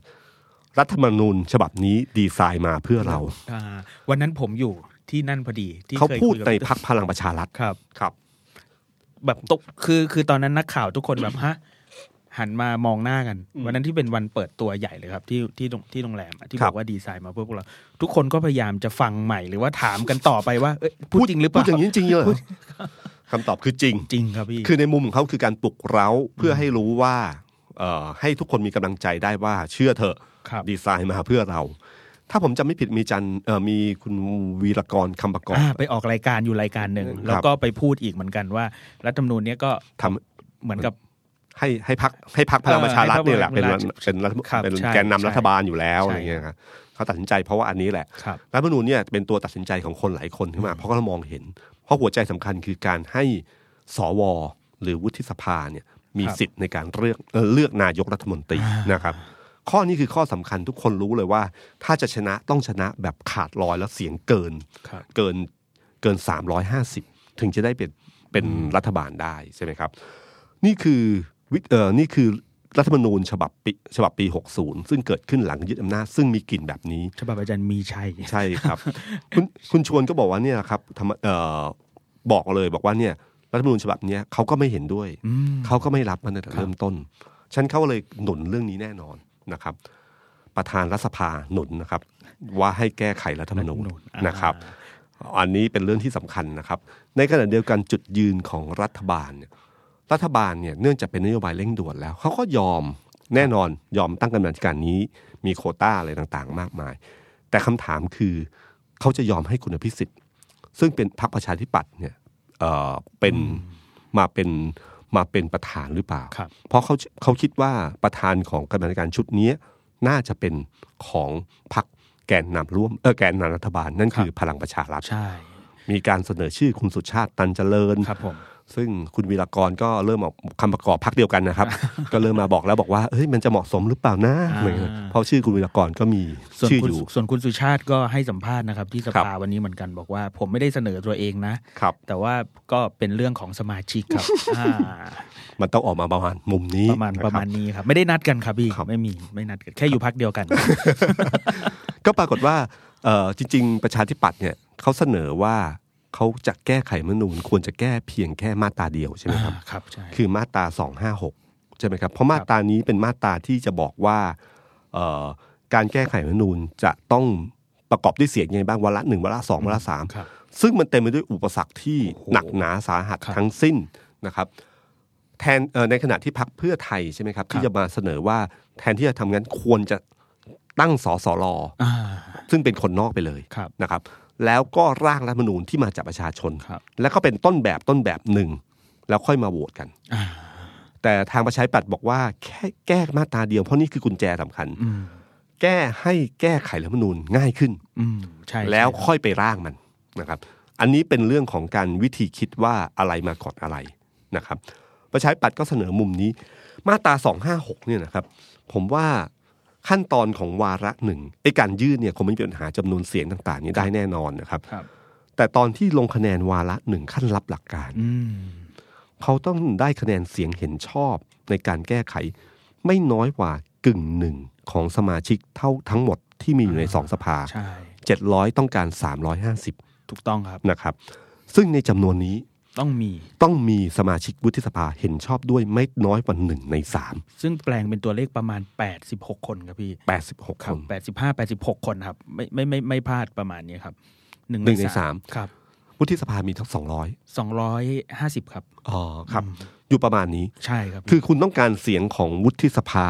รัฐธรรมนูญฉบับนี้ดีไซน์มาเพื่อเรา
อ่าวันนั้นผมอยู่ที่นั่นพอดีที่
เขา
คย
พูด
คุยกับ
ในพักพลังประชารัฐ
ครับ
ครับ
แบบตกคือคือตอนนั้นนักข่าวทุกคนแบบ ฮะ หันมามองหน้ากัน วันนั้นที่เป็นวันเปิดตัวใหญ่เลยครับ ที่ที่โรงที่โรงแรมอะที่
ครับบ
อกว่าดีไซน์มาเพื่อพวกเรา ทุกคนก็พยายามจะฟังใหม่หรือว่าถามกันต่อไปว่าเอ้ยพูดจริงหรือเป
พูด
ล่า
อย่างนี้จริงเหรอคำตอบคือจริง
จริงครับพี่
คือในมุมของเขาคือการปลุกเร้าเพื่อให้รู้ว่าเอ่อให้ทุกคนมีกำลังใจได้ว่าเชื่อเถอะ
ครับ
ดีไซน์มาเพื่อเรา ถ้าผมจำไม่ผิดมีจันเอ่อมีคุณวีรกรคำประกอบ
อ่าไปออกรายการอยู่รายการหนึ่ง
ครับ
แล้วก็ไปพูดอีกเหมือนกันว่า รัฐธรรมนูญเนี้ยก็
ทำ
เหมือนกับ
ให้ให้พักให้พักพลังประชารัฐ
เออให้พรรค
เนี่ยแหละ
พลั
เป็น
งประชา
เป็น
รัฐ
รัฐ
ครับ
เป็น
ใช่
แกนนำ
ใช่
รัฐบาลอยู่แล้ว
ใช่
อะไรเงี้ยครับเขาตัดสินใจเพราะว่าอันนี้แหละ
ครับ
รัฐธรรมนูญเนี่ยเป็นตัวตัดสินใจของคนหลายคนขึ้นมาเพราะเขามองเห็น เพราะหัวใจสำคัญคือการให้สวหรือวุฒิสภาเนี่ยมี
ครับ
สิทธิ์ในการเลือกเอ่อเลือกนายกรัฐมนตรีนะครับ ข้อนี้คือข้อสำคัญทุกคนรู้เลยว่า ถ้าจะชนะต้องชนะแบบขาดลอยแล้วเสียงเกิน
ครับ
เกินเกิน 350 ถึงจะได้เป็นเป็นรัฐบาลได้ใช่ไหมครับ นี่คือวิเออนี่คือรัฐธรรมนูญฉบับปีฉบับปี 60 ซึ่งเกิดขึ้นหลังยึดอำนาจซึ่งมีกลิ่นแบบนี้
ฉบับอาจารย์มีชัย
ใช่ครับ คุณคุณชวนก็บอกว่าเนี่ยครับธรรมเอ่อบอกเลยบอกว่าเนี่ยรัฐธรรมนูญฉบับเนี้ยเขาก็ไม่เห็นด้วย เขาก็ไม่รับมันตั้งแต่เริ่มต้น ฉันเขาเลยหนุนเรื่องนี้แน่นอนนะครับ ประธานรัฐสภาหนุนนะครับ ว่าให้แก้ไขรัฐธรรมนูญ
รัฐธรรมนูญอ่าน
นะครับ อันนี้เป็นเรื่องที่สำคัญนะครับ ในขณะเดียวกันจุดยืนของรัฐบาลเนี่ยรัฐบาลเนี่ยเนื่องจากเป็นนโยบายเร่งด่วนแล้วเขาก็ยอมแน่นอนยอมตั้งกำนันการนี้ มีโควต้าอะไรต่างๆ มากมาย แต่คำถามคือเขาจะยอมให้คุณอภิสิทธิ์ ซึ่งเป็นพรรคประชาธิปัตย์เนี่ยเอ่อเป็นมาเป็นมาเป็นประธานหรือเปล่า
ครับ
เพราะเขาเขาคิดว่าประธานของกรรมาธิการชุดเนี้ยน่าจะเป็นของพรรคแกนนำร่วมเออแกนนำรัฐบาลนั่นคือพลังประชารัฐ
ใช่
มีการเสนอชื่อคุณสุชาติตันเจริญ
ครับผม
ซึ่งคุณวีรกรก็เริ่มออกคำประกอบพักเดียวกันนะครับ ก็เริ่มมาบอกแล้วบอกว่าเฮ้ยมันจะเหมาะสมหรือเปล่านะ
อ่า
อะไรเงี้ยเพราะชื่อคุณวีรกรก็มี
ส่วน
ชื่อ
คุ
อ
ณ
ยู่
ส่วนคุณสุชาติก็ให้สัมภาษณ์นะครับที่ส
ครับ
ภาวันนี้เหมือนกันบอกว่า ผมไม่ได้เสนอตัวเองนะ
ครับ
แต่ว่าก็เป็นเรื่องของสมาชิก ครับ อ่า
มันต้องออกมาประมาณมุมนี้
ประมาณ
นค
ป
บ
ระมาณนี้ครับ ไม่ได้นัดกันครับพี่
ครับ
ไม่มีไม่นัดกันแค่อยู่พักเดียวกัน
ก็ปรากฏว่าเอ่อจริง ๆ ประชาธิปัตย์เนี่ยเขาเสนอว่าเขาจะแก้ไขรัฐธรรมนูญควรจะแก้เพียงแค่มาตราเดียวใช่ไหมครับ
อ่าครับใช่
คือมาตรา256 ใช่ไหมครับ เพราะมาตรานี้เป็นมาตราที่จะบอกว่าเอ่อการแก้ไขรัฐธรรมนูญจะต้องประกอบด้วยเสียงยังไงบ้างวาระหนึ่งวาระสองวาระสาม
ครับ
ซึ่งมันเต็มไปด้วยอุปสรรคที่หนักหนาสาหัส
ครับ
ทั้งสิ้นนะครับแทนเอ่อในขณะที่พักเพื่อไทยใช่ไหมครับ ที่จะมาเสนอว่าแทนที่จะทำงั้นควรจะตั้งสสร
อ่า
ซึ่งเป็นคนนอกไปเลย
ครับ
นะครับ แล้วก็ร่างรัฐธรรมนูญที่มาจากประชาชน
ครับ
แล้วก็เป็นต้นแบบต้นแบบหนึ่ง แล้วค่อยมาโหวตกัน
อ่า
แต่ทางประชาธิปัตย์บอกว่าแค่แก้มาตราเดียวเพราะนี่คือกุญแจสำคัญ
อืม
แก้ให้แก้ไขรัฐธรรมนูญง่ายขึ้น
อืมใช่
แล้ว
ใช่
ค่อยไปร่างมันนะครับ อันนี้เป็นเรื่องของการวิธีคิดว่าอะไรมาก่อนอะไรนะครับ ประชาธิปัตย์ก็เสนอมุมนี้ มาตรา256เนี่ยนะครับ ผมว่าขั้นตอนของวาระหนึ่งไอ้การยื่นเนี่ยคงไม่มีปัญหาจำนวนเสียงต่างๆ นี้ได้แน่นอนนะครับ
ครับ
แต่ตอนที่ลงคะแนนวาระหนึ่งขั้นรับหลักการ
อืม
เขาต้องได้คะแนนเสียงเห็นชอบในการแก้ไข ไม่น้อยกว่ากึ่งหนึ่งของสมาชิกเท่าทั้งหมดที่มีอยู่ในสองสภา
ใช่
700 ต้องการ 350
ถูกต้องครับ
นะครับซึ่งในจำนวนนี้
ต้องมี
ต้องมีสมาชิกวุฒิสภาเห็นชอบด้วยไม่น้อยกว่าหนึ่งในสาม
ซึ่งแปลงเป็นตัวเลขประมาณ 86 คนครับพี่
แปดสิบหก
ค
ครับ น
85 86 คนครับ ไม่ไม่ไม่ไม่พลาดประมาณนี้ครับหนึ่ง
หนึ่งในสาม
ครับ
วุฒิสภามีทั้งสองร้อย
250 ครับ
อ๋อครับ อยู่ประมาณนี้
ใช่ครับพี่
คือคุณต้องการเสียงของวุฒิสภา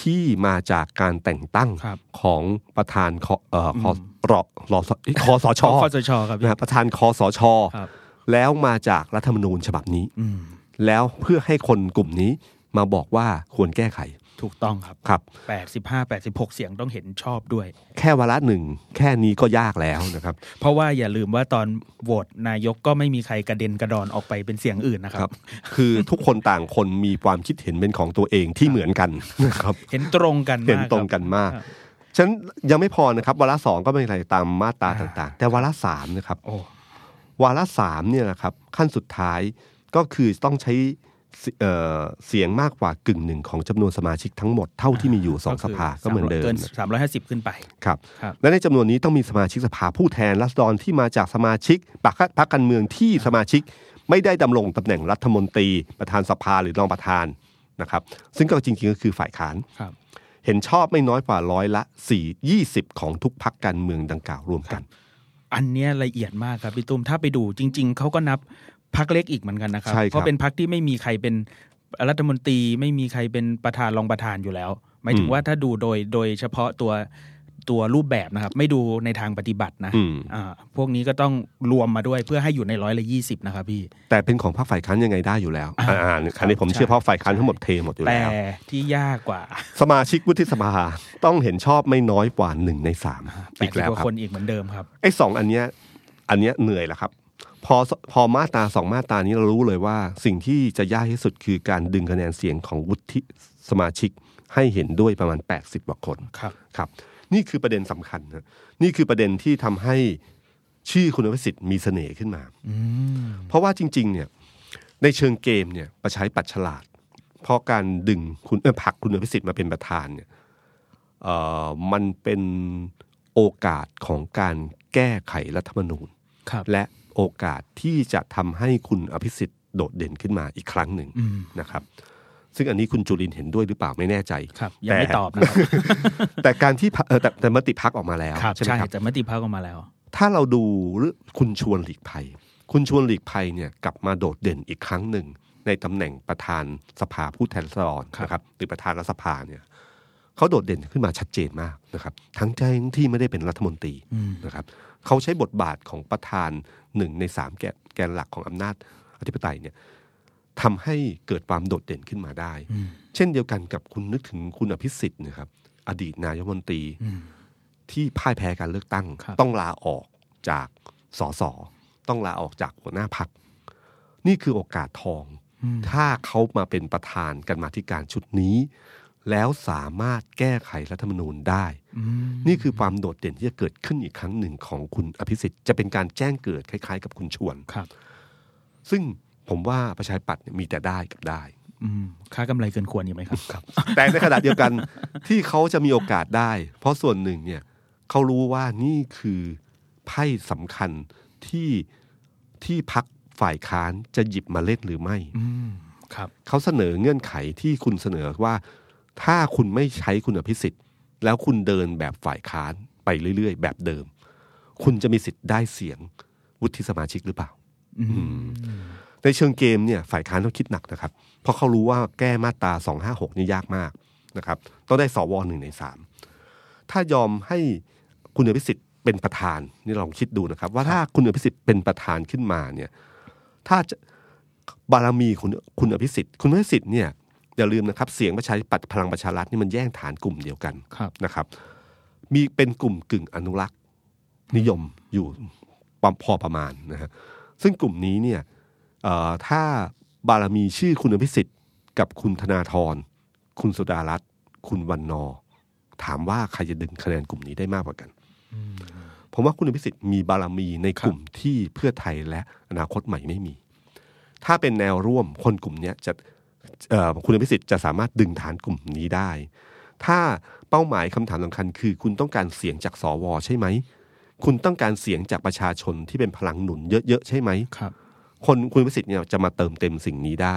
ที่มาจากการแต่งตั้ง
ครับ
ของประธานคเอ่อคอรอรอสเอ้ยคอสช
ขอคอสชครับพี่
นะประธานคอสช
ครับ
แล้วมาจากรัฐธรรมนูญฉบับนี้
อืม
แล้วเพื่อให้คนกลุ่มนี้มาบอกว่าควรแก้ไข
ถูกต้องครับ
ครับ
85 86 เสียงต้องเห็นชอบด้วย
แค่วาระหนึ่งแค่นี้ก็ยากแล้วนะครับ
เพราะว่าอย่าลืมว่าตอนโหวตนายกก็ไม่มีใครกระเด็นกระดอนออกไปเป็นเสียงอื่นนะ
ค
ครั
รับ บ คือทุกคนต่างคนมีความคิดเห็นเป็นของตัวเองที่เหมือนกันนะครับ
เห็นตรงกันมาก
เห็นตรงกันมาก
ครับ
ฉะนันยังไม่พอนะครับ วาระสองก็ไม่เป็นไรตามมาตราต่างๆ แต่วาระสามนะครับ
โอ้
วาระสามเนี่ยนะครับขั้นสุดท้ายก็คือต้องใช้เสเอ่อเสียงมากกว่ากึ่งหนึ่งของจำนวนสมาชิกทั้งหมดเท่าที่มีอยู่สองสภาก็เหมือนเดิม
กิน350 ขึ้นไป
ครับ
ครับ
และในจำนวนนี้ต้องมีสมาชิกสภาผู้แทนราษฎรที่มาจากสมาชิกพรรคพรรคการเมืองที่สมาชิกไม่ได้ดำรงตำแหน่งรัฐมนตรี ประธานสภาหรือรองประธานนะครับ ซึ่งก็จริงๆก็คือฝ่ายค้าน
ครับ
เห็นชอบไม่น้อยกว่าร้อยละ 4 20 ของทุกพรรคการเมืองดังกล่าวรวมกัน
อันเนี้ยละเอียดมากครับพี่ตุ้มถ้าไปดูจริง ๆเขาก็นับพักเล็กอีกเหมือนกันนะครับ
ใช่ครับ
เพราะเป็นพักที่ไม่มีใครเป็นรัฐมนตรีไม่มีใครเป็นประธานรองประธานอยู่แล้วหมายถึง
อืม
ว่าถ้าดูโดยโดยเฉพาะตัวตัวรูปแบบนะครับ ไม่ดูในทางปฏิบัตินะ
อืม
อ่าพวกนี้ก็ต้องรวมมาด้วยเพื่อให้อยู่ในร้อยละยี่สิบนะครับพี่
แต่เป็นของพรรคฝ่ายค้านยังไงได้อยู่แล้วอ่าอ่าอันนี้ผม
ใช่
เชื่อเพราะฝ่ายค้านทั้งหมดเทหมดอยู่
แต่
แล้ว
ที่ยากกว่า
สมาชิกวุฒิสภาต้องเห็นชอบไม่น้อยกว่าหนึ่งในสาม
แป
อี
ด
ก
สิบ
แล้ว
กว่า
ครับ
คนอีกเหมือนเดิมครับ
ไอ้สองอันเนี้ยอันเนี้ยเหนื่อยแล้วครับ พอพอมาตราสองมาตรานี้เรารู้เลยว่าสิ่งที่จะยากที่สุดคือการดึงคะแนนเสียงของวุฒิสมาชิกให้เห็นด้วยประมาณ 80กว่าคน
ครับ
ครับ นี่คือประเด็นสำคัญนะนี่คือประเด็นที่ทำให้ชื่อคุณวิสิทธิ์มีเสน่ห์ขึ้นมา
อืม
เพราะว่าจริง ๆ เนี่ยในเชิงเกมเนี่ยประชาธิปัดฉลาด เพราะการดึงคุณเออผลักคุณอภิสิทธิ์มาเป็นประธานเนี่ยเอ่อมันเป็นโอกาสของการแก้ไขรัฐธรรมนูญ
ครับ
และโอกาสที่จะทำให้คุณอภิสิทธิ์โดดเด่นขึ้นมาอีกครั้งหนึ่ง
อืม
นะครับ ซึ่งอันนี้คุณจุลินเห็นด้วยหรือเปล่าไม่แน่ใจ
ครับ ยังไม่
แต่
ตอบนะครับ
แต่การที่พรรคเอ่อแต่แต่มติพักออกมาแล้ว
ครับ
ใช่ไหม
ใช่
ครับ
แต่มติพักออกมาแล้ว
ถ้าเราดูเรื่องคุณชวนหลีกภัย คุณชวนหลีกภัยเนี่ยกลับมาโดดเด่นอีกครั้งหนึ่ง ในตำแหน่งประธานสภาผู้แทนราษฎร
ครับ
นะครับหรือประธานรัฐสภาเนี่ยเขาโดดเด่นขึ้นมาชัดเจนมากนะครับ ทั้งใจที่ไม่ได้เป็นรัฐมนตรี
อืม
นะครับเขาใช้บทบาทของประธานหนึ่งในสามแกนแกนหลักของอำนาจอธิปไตยเนี่ยทำให้เกิดความโดดเด่นขึ้นมาได้
อืม
เช่นเดียวกันกับคุณนึกถึงคุณอภิสิทธิ์นะครับ อดีตนายกรัฐมนตรี
อืม
ที่พ่ายแพ้การเลือกตั้ง
ครับ
ต้องลาออกจากสสต้องลาออกจากหัวหน้าพัก นี่คือโอกาสทอง
อืม
ถ้าเขามาเป็นประธานกันมาธิการชุดนี้ แล้วสามารถแก้ไขรัฐธรรมนูญได้
อืม
นี่คือความโดดเด่นที่จะเกิดขึ้นอีกครั้งหนึ่งของคุณอภิสิทธิ์จะเป็นการแจ้งเกิดคล้ายๆ กับคุณชวน
ครับ
ซึ่งผมว่าประชาธิปัตย์เนี่ยมีแต่ได้กับได้
อืมค่ากำไรเกินควรอยู่ไหมครับ
แต่ในขณะเดียวกัน ที่เขาจะมีโอกาสได้ เพราะส่วนหนึ่งเนี่ยเขารู้ว่านี่คือไพ่สำคัญที่ที่พักฝ่ายค้านจะหยิบมาเล่นหรือไม่
อืมครับ
เขาเสนอเงื่อนไขที่คุณเสนอว่า ถ้าคุณไม่ใช้คุณอภิสิทธิ์ แล้วคุณเดินแบบฝ่ายค้านไปเรื่อย ๆ แบบเดิม คุณจะมีสิทธิ์ได้เสียงวุฒิสมาชิกหรือเปล่า
อืม
ในเชิงเกมเนี่ยฝ่ายค้านต้องคิดหนักนะครับ เพราะเขารู้ว่าแก้มาตรา 256 นี่ยากมากนะครับ ต้องได้สวหนึ่งในสามถ้ายอมให้คุณอภิสิทธิ์ เป็นประธานนี่ลองคิดดูนะครับ ว่าถ้าคุณอภิสิทธิ์เป็นประธานขึ้นมาเนี่ย ถ้าจะบารมีคุณคุณอภิสิทธิ์คุณอภิสิทธิ์เนี่ยอย่าลืมนะครับเสียงประชาธิปัตย์พลังประชารัฐนี่มันแย่งฐานกลุ่มเดียวกัน
ครับ
นะครับ มีเป็นกลุ่มกึ่งอนุรักษ์นิยมอยู่ประพอประมาณนะฮะซึ่งกลุ่มนี้เนี่ยเอ่อถ้าบารมีชื่อคุณอภิสิทธิ์ กับคุณธนาธรคุณสุดารัตน์คุณวันนอร์ถามว่าใครจะดึงคะแนนกลุ่มนี้ได้มากกว่ากัน ผมว่าคุณอภิสิทธิ์มีบารมีในกลุ่มที่เพื่อไทยและอนาคตใหม่ไม่มี ถ้าเป็นแนวร่วมคนกลุ่มเนี้ยจะเอ่อคุณอภิสิทธิ์จะสามารถดึงฐานกลุ่มนี้ได้ ถ้าเป้าหมายคำถามสำคัญคือ คุณต้องการเสียงจากสวใช่ไหม คุณต้องการเสียงจากประชาชนที่เป็นพลังหนุนเยอะๆใช่ไหม
ครับ
คนคุณประสิทธิ์เนี่ยจะมาเติมเต็มสิ่งนี้ได้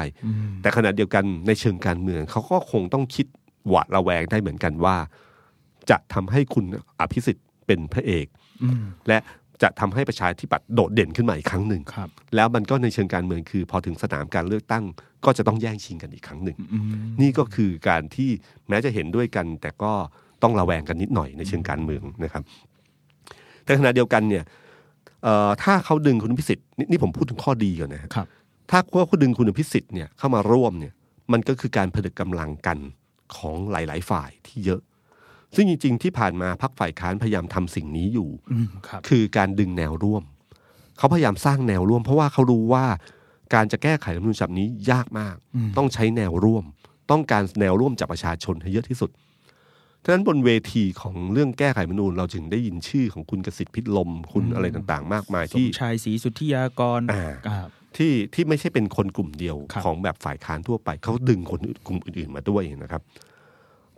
แต่ขณะเดียวกันในเชิงการเมืองเขาก็คงต้องคิดหวาดระแวงได้เหมือนกันว่า จะทำให้คุณอภิสิทธิ์เป็นพระเอก และจะทำให้ประชาธิปัตย์โดดเด่นขึ้นมาอีกครั้งหนึ่ง
ครับ
แล้วมันก็ในเชิงการเมืองคือ พอถึงสนามการเลือกตั้ง ก็จะต้องแย่งชิงกันอีกครั้งหนึ่ง นี่ก็คือการที่แม้จะเห็นด้วยกัน แต่ก็ต้องระแวงกันนิดหน่อยในเชิงการเมืองนะครับ แต่ขณะเดียวกันเนี่ยเอ่อถ้าเขาดึงคุณพิสิทธิ์นี่นี่ผมพูดถึงข้อดีก่อนนะฮะ
ครับ
ถ้าเขาดึงคุณพิสิทธิ์เนี่ยเข้ามาร่วมเนี่ย มันก็คือการผลึกกำลังกันของหลาย ๆ ฝ่ายที่เยอะ ซึ่งจริง ๆ ที่ผ่านมาพักฝ่ายค้านพยายามทำสิ่งนี้อยู่
อืมครับ
คือการดึงแนวร่วม เขาพยายามสร้างแนวร่วม เพราะว่าเขารู้ว่าการจะแก้ไขรัฐธรรมนูญฉบับนี้ยากมาก ต้องใช้แนวร่วม ต้องการแนวร่วมจากประชาชนให้เยอะที่สุดฉะนั้นบนเวทีของเรื่องแก้ไขรัฐธรรมนูญเราจึงได้ยินชื่อของคุณกสิทธิ์พิลมคุณอะไรต่างๆ มากมาย
สม
ที่
ชายศรีสุทธิยากร
อ่า
ครับ
ที่ที่ไม่ใช่เป็นคนกลุ่มเดียว
ครับ
ของแบบฝ่ายค้านทั่วไป เขาดึงคนกลุ่มอื่นๆมาด้วยนะครับ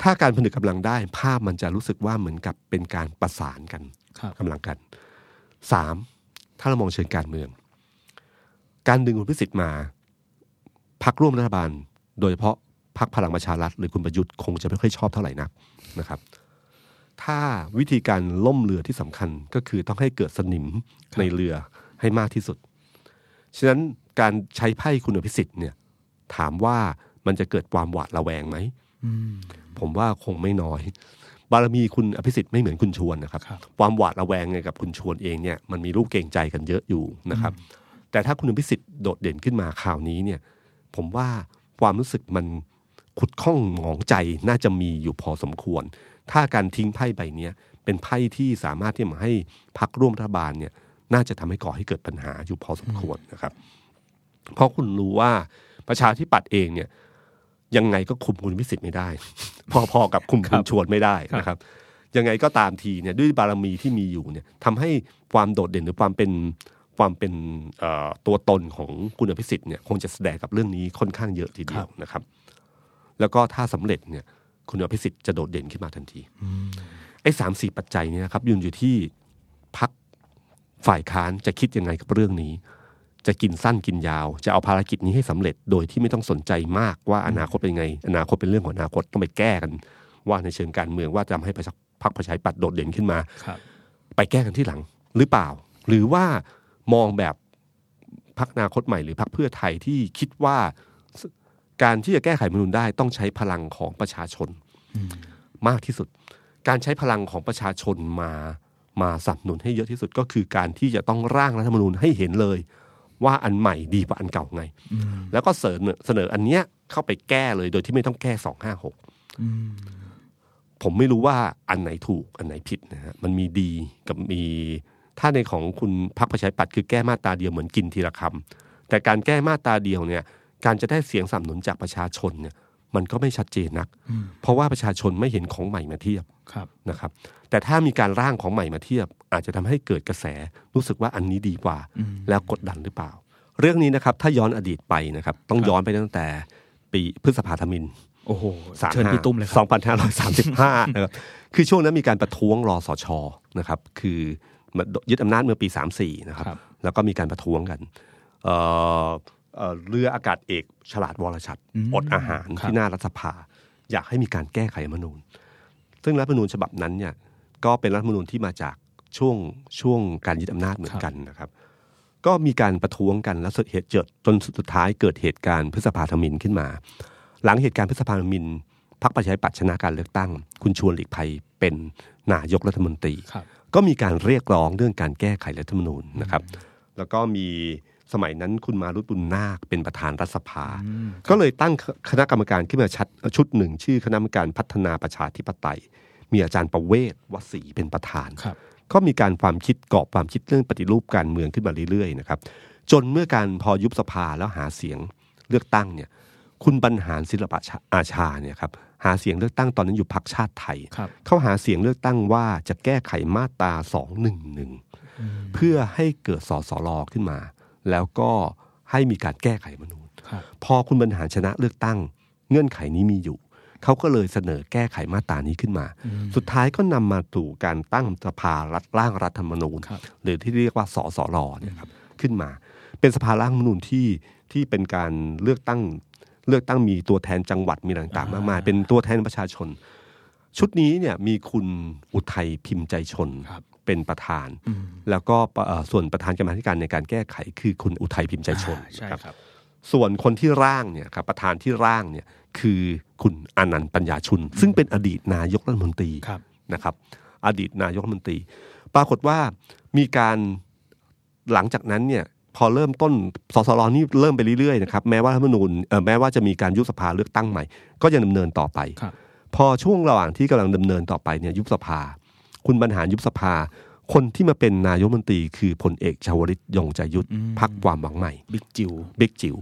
ถ้าการผนึกกำลังได้ภาพมันจะรู้สึกว่าเหมือนกับเป็นการประสานกัน
ครับ
กำลังกันสามถ้าเรามองเชิงการเมือง การดึงคุณพิสิทธิ์มาพักร่วมรัฐบาล โดยเฉพาะพักพลังประชารัฐหรือคุณประยุทธ์คงจะไม่ค่อยชอบเท่าไหร่นักนะครับ ถ้าวิธีการล่มเรือที่สำคัญก็คือต้องให้เกิดสนิมในเรือให้มากที่สุด ฉะนั้นการใช้ไพ่คุณอภิสิทธิ์เนี่ยถามว่ามันจะเกิดความหวาดระแวงไหม ผมว่าคงไม่น้อย บารมีคุณอภิสิทธิ์ไม่เหมือนคุณชวนนะครับ
ครับ
ความหวาดระแวงไงกับคุณชวนเองเนี่ยมันมีลูกเกรงใจกันเยอะอยู่นะครับ แต่ถ้าคุณอภิสิทธิ์โดดเด่นขึ้นมาข่าวนี้เนี่ย ผมว่าความรู้สึกมันขุดข้องหมองใจน่าจะมีอยู่พอสมควร ถ้าการทิ้งไพ่ใบเนี้ยเป็นไพ่ที่สามารถที่จะมาให้พักร่วมรัฐบาลเนี่ยน่าจะทำให้ก่อให้เกิดปัญหาอยู่พอสมควรนะครับ เพราะคุณรู้ว่าประชาธิปัตย์เองเนี่ย ยังไงก็คุมคุณพิสิทธิ์ไม่ได้ พอๆกับคุม
ครั
คุ
บ
ณชวนไม่ได้นะครับ ยังไงก็ตามทีเนี่ยด้วยบารมีที่มีอยู่เนี่ยทำให้ความโดดเด่นหรือความเป็นความเป็นเอ่อตัวตนของคุณอภิสิทธิ์เนี่ยคงจะแสดงกับเรื่องนี้ค่อนข้างเยอะทีเดียวนะครับ แล้วก็ถ้าสำเร็จเนี่ยคุณอภิสิทธิ์จะโดดเด่นขึ้นมาทันทีไอ้สามสี่ปัจจัยเนี่ยนะครับยืนอยู่ที่พักฝ่ายค้านจะคิดยังไงกับเรื่องนี้ จะกินสั้นกินยาว จะเอาภารกิจนี้ให้สำเร็จโดยที่ไม่ต้องสนใจมากว่าอนาคตเป็นไง อนาคตเป็นเรื่องของอนาคตต้องไปแก้กัน ว่าในเชิงการเมืองว่าจะทำให้ประชาพรรคประชาธิปัตย์โดดเด่นขึ้นมา
ครับ
ไปแก้กันที่หลังหรือเปล่า หรือว่ามองแบบพักนาคตใหม่หรือพักเพื่อไทยที่คิดว่าสการที่จะแก้ไขรัฐธรรมนุนได้ต้องใช้พลังของประชาชนมากที่สุด การใช้พลังของประชาชนมามาสนับสนุนให้เยอะที่สุดก็คือการที่จะต้องร่างรัฐธรรมนูญให้เห็นเลย ว่าอันใหม่ดีกว่าอันเก่าไง แล้วก็เสนอเสนออันเนี้ยเข้าไปแก้เลยโดยที่ไม่ต้องแก้สองห้าหก ผมไม่รู้ว่าอันไหนถูกอันไหนผิดนะฮะมันมีดีกับมีถ้าในของคุณพักประชาธิปัตย์คือแก้มาตราเดียวเหมือนกินทีละคำแต่การแก้มาตราเดียวเนี่ย การจะได้เสียงสนับสนุนจากประชาชนเนี่ย มันก็ไม่ชัดเจนนัก เพราะว่าประชาชนไม่เห็นของใหม่มาเทียบ
ครับ
นะครับ แต่ถ้ามีการร่างของใหม่มาเทียบ อาจจะทำให้เกิดกระแสรู้สึกว่าอันนี้ดีกว่า แล้วกดดันหรือเปล่า เรื่องนี้นะครับถ้าย้อนอดีตไปนะครับ ต้องย้อนไปตั้งแต่ปีพฤษภาธมิน
โอ้โห
สาม
เชิญพี่ตุ้มเลยค
ส
รั
อบ งพันห้าร้อยสามสิบ ห้านะครับคือช่วงนั้นมีการประท้วงรอสชนะครับ คือมายึดอำนาจเมื่อปีสามสี่นะครับ
ครับ
แล้วก็มีการประท้วงกันเอ่อเอ่อเรืออากาศเอกฉลาดวรชัดอดอาหารที่หน้ารัฐสภา อยากให้มีการแก้ไขรัฐธรรมนูญ ซึ่งรัฐธรรมนูญฉบับนั้นเนี่ยก็เป็นรัฐธรรมนูญที่มาจากช่วงช่วงการยึดอำนาจเหมือนกันนะครับ ก็มีการประท้วงกันและสุดเหตุเกิดจนสุดท้ายเกิดเหตุการณ์พฤษภาธมินขึ้นมา หลังเหตุการณ์พฤษภาธมินพรรคประชาธิปัตย์ชนะการเลือกตั้ง คุณชวนหลีกภัยเป็นนายกรัฐมนตรี
ครับ
ก็มีการเรียกร้องเรื่องการแก้ไขรัฐธรรมนูญนะครับ แล้วก็มีสมัยนั้นคุณมารุตบุญนาคเป็นประธานรัฐสภา ก็เลยตั้งคณะกรรมการขึ้นมาชัดชุดหนึ่ง ชื่อคณะกรรมการพัฒนาประชาธิปไตย มีอาจารย์ประเวศวสีเป็นประธาน
ครับ
ก็มีการความคิดกรอบความคิดเรื่องปฏิรูปการเมืองขึ้นมาเรื่อยๆนะครับจนเมื่อการพอยุบสภาแล้วหาเสียงเลือกตั้งเนี่ยคุณบรรหารศิลปะชาอาชาเนี่ยครับหาเสียงเลือกตั้งตอนนั้นอยู่พักชาติไทย
ครับ
เขาหาเสียงเลือกตั้งว่าจะแก้ไขมาตรา211 เพื่อให้เกิดสสรขึ้นมา แล้วก็ให้มีการแก้ไขรัฐธรรมนูญ
ครับ
พอคุณบรรหารชนะเลือกตั้ง เงื่อนไขนี้มีอยู่ เขาก็เลยเสนอแก้ไขมาตรานี้ขึ้นมา สุดท้ายก็นำมาสู่การตั้งสภารัฐร่างรัฐธรรมนูญ
ครับ
หรือที่เรียกว่าสสรเนี่ยครับขึ้นมา เป็นสภาร่างรัฐธรรมนูญที่ที่เป็นการเลือกตั้งเลือกตั้งมีตัวแทนจังหวัดมีต่างๆมากมาย เป็นตัวแทนประชาชน ชุดนี้เนี่ยมีคุณอุทัยพิมพ์ใจชน
ครับ
เป็นประธาน แล้วก็ปะเอ่อส่วนประธานกรรมาธิการในการแก้ไขคือคุณอุทัยพิมพ์ใจชน
อ่าใช่
นะครับ ส่วนคนที่ร่างเนี่ยครับประธานที่ร่างเนี่ยคือคุณอนันต์ปัญญาชุน ซึ่งเป็นอดีตนายกรัฐมนตรี
ครับ
นะครับอดีตนายกรัฐมนตรี ปรากฏว่ามีการหลังจากนั้นเนี่ยพอเริ่มต้นสสรนี่เริ่มไปเรื่อยๆนะครับแม้ว่ารัฐธรรมนูญเอ่อแม้ว่าจะมีการยุบสภาเลือกตั้งใหม่ ก็ยังดำเนินต่อไป
ครับ
พอช่วงระหว่างที่กำลังดำเนินต่อไปเนี่ยยุบสภา คุณบรรหารยุบสภา คนที่มาเป็นนายกรัฐมนตรี คือพลเอกชวลิตยงใจยุทธพักความหวังใหม่
บิ๊กจิว
บิ๊กจิ๋ว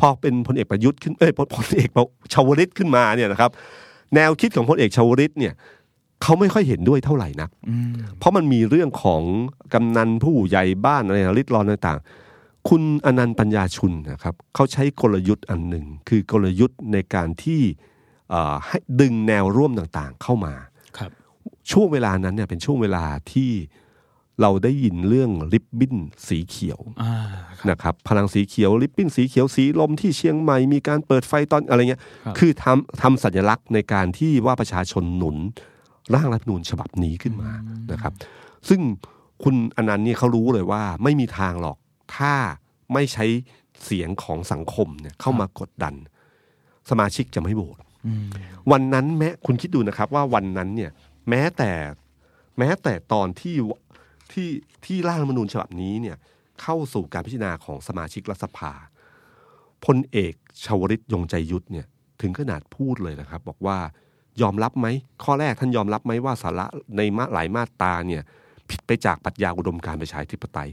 พอเป็นพลเอกประยุทธ์ขึ้นเอ้ยพลพลเอกประชาวลิตขึ้นมาเนี่ยนะครับ แนวคิดของพลเอกชาวลิตเนี่ยเขาไม่ค่อยเห็นด้วยเท่าไหร่นักเพราะมันมีเรื่องของกำนันผู้ใหญ่บ้านอะไรนะริดรอนต่างๆ คุณอนันต์ปัญญาชุนนะครับเขาใช้กลยุทธ์อันหนึ่ง คือกลยุทธ์ในการที่เอ่อให้ดึงแนวร่วมต่างๆเข้ามา
ครับ
ช่วงเวลานั้นเนี่ยเป็นช่วงเวลาที่เราได้ยินเรื่องริบบิ้นสีเขียว
อ่า
นะครับพลังสีเขียวลิปปิ้นสีเขียวสีลมที่เชียงใหม่มีการเปิดไฟตอนอะไรเงี้ย
ครับ
คือทำทำสัญลักษณ์ในการที่ว่าประชาชนหนุนร่างรัฐธรรมนูญฉบับนี้ขึ้นมานะครับ ซึ่งคุณอนันต์เนี่ยเขารู้เลยว่าไม่มีทางหรอกถ้าไม่ใช้เสียงของสังคมเนี่ยเข้ามากดดัน สมาชิกจะไม่โหวตวันนั้นแม้คุณคิดดูนะครับว่าวันนั้นเนี่ยแม้แต่แม้แต่ตอนที่วที่ที่ร่างรัฐธรรมนูญฉบับนี้เนี่ยเข้าสู่การพิจารณาของสมาชิกรัฐสภาพลเอกชวริตยงใจยุทธเนี่ยถึงขนาดพูดเลยนะครับ บอกว่ายอมรับไหมข้อแรกท่านยอมรับไหมว่าสาระในมาหลายมาตราเนี่ยผิดไปจากปรัชญาอุดมการณ์ประชาธิปไตย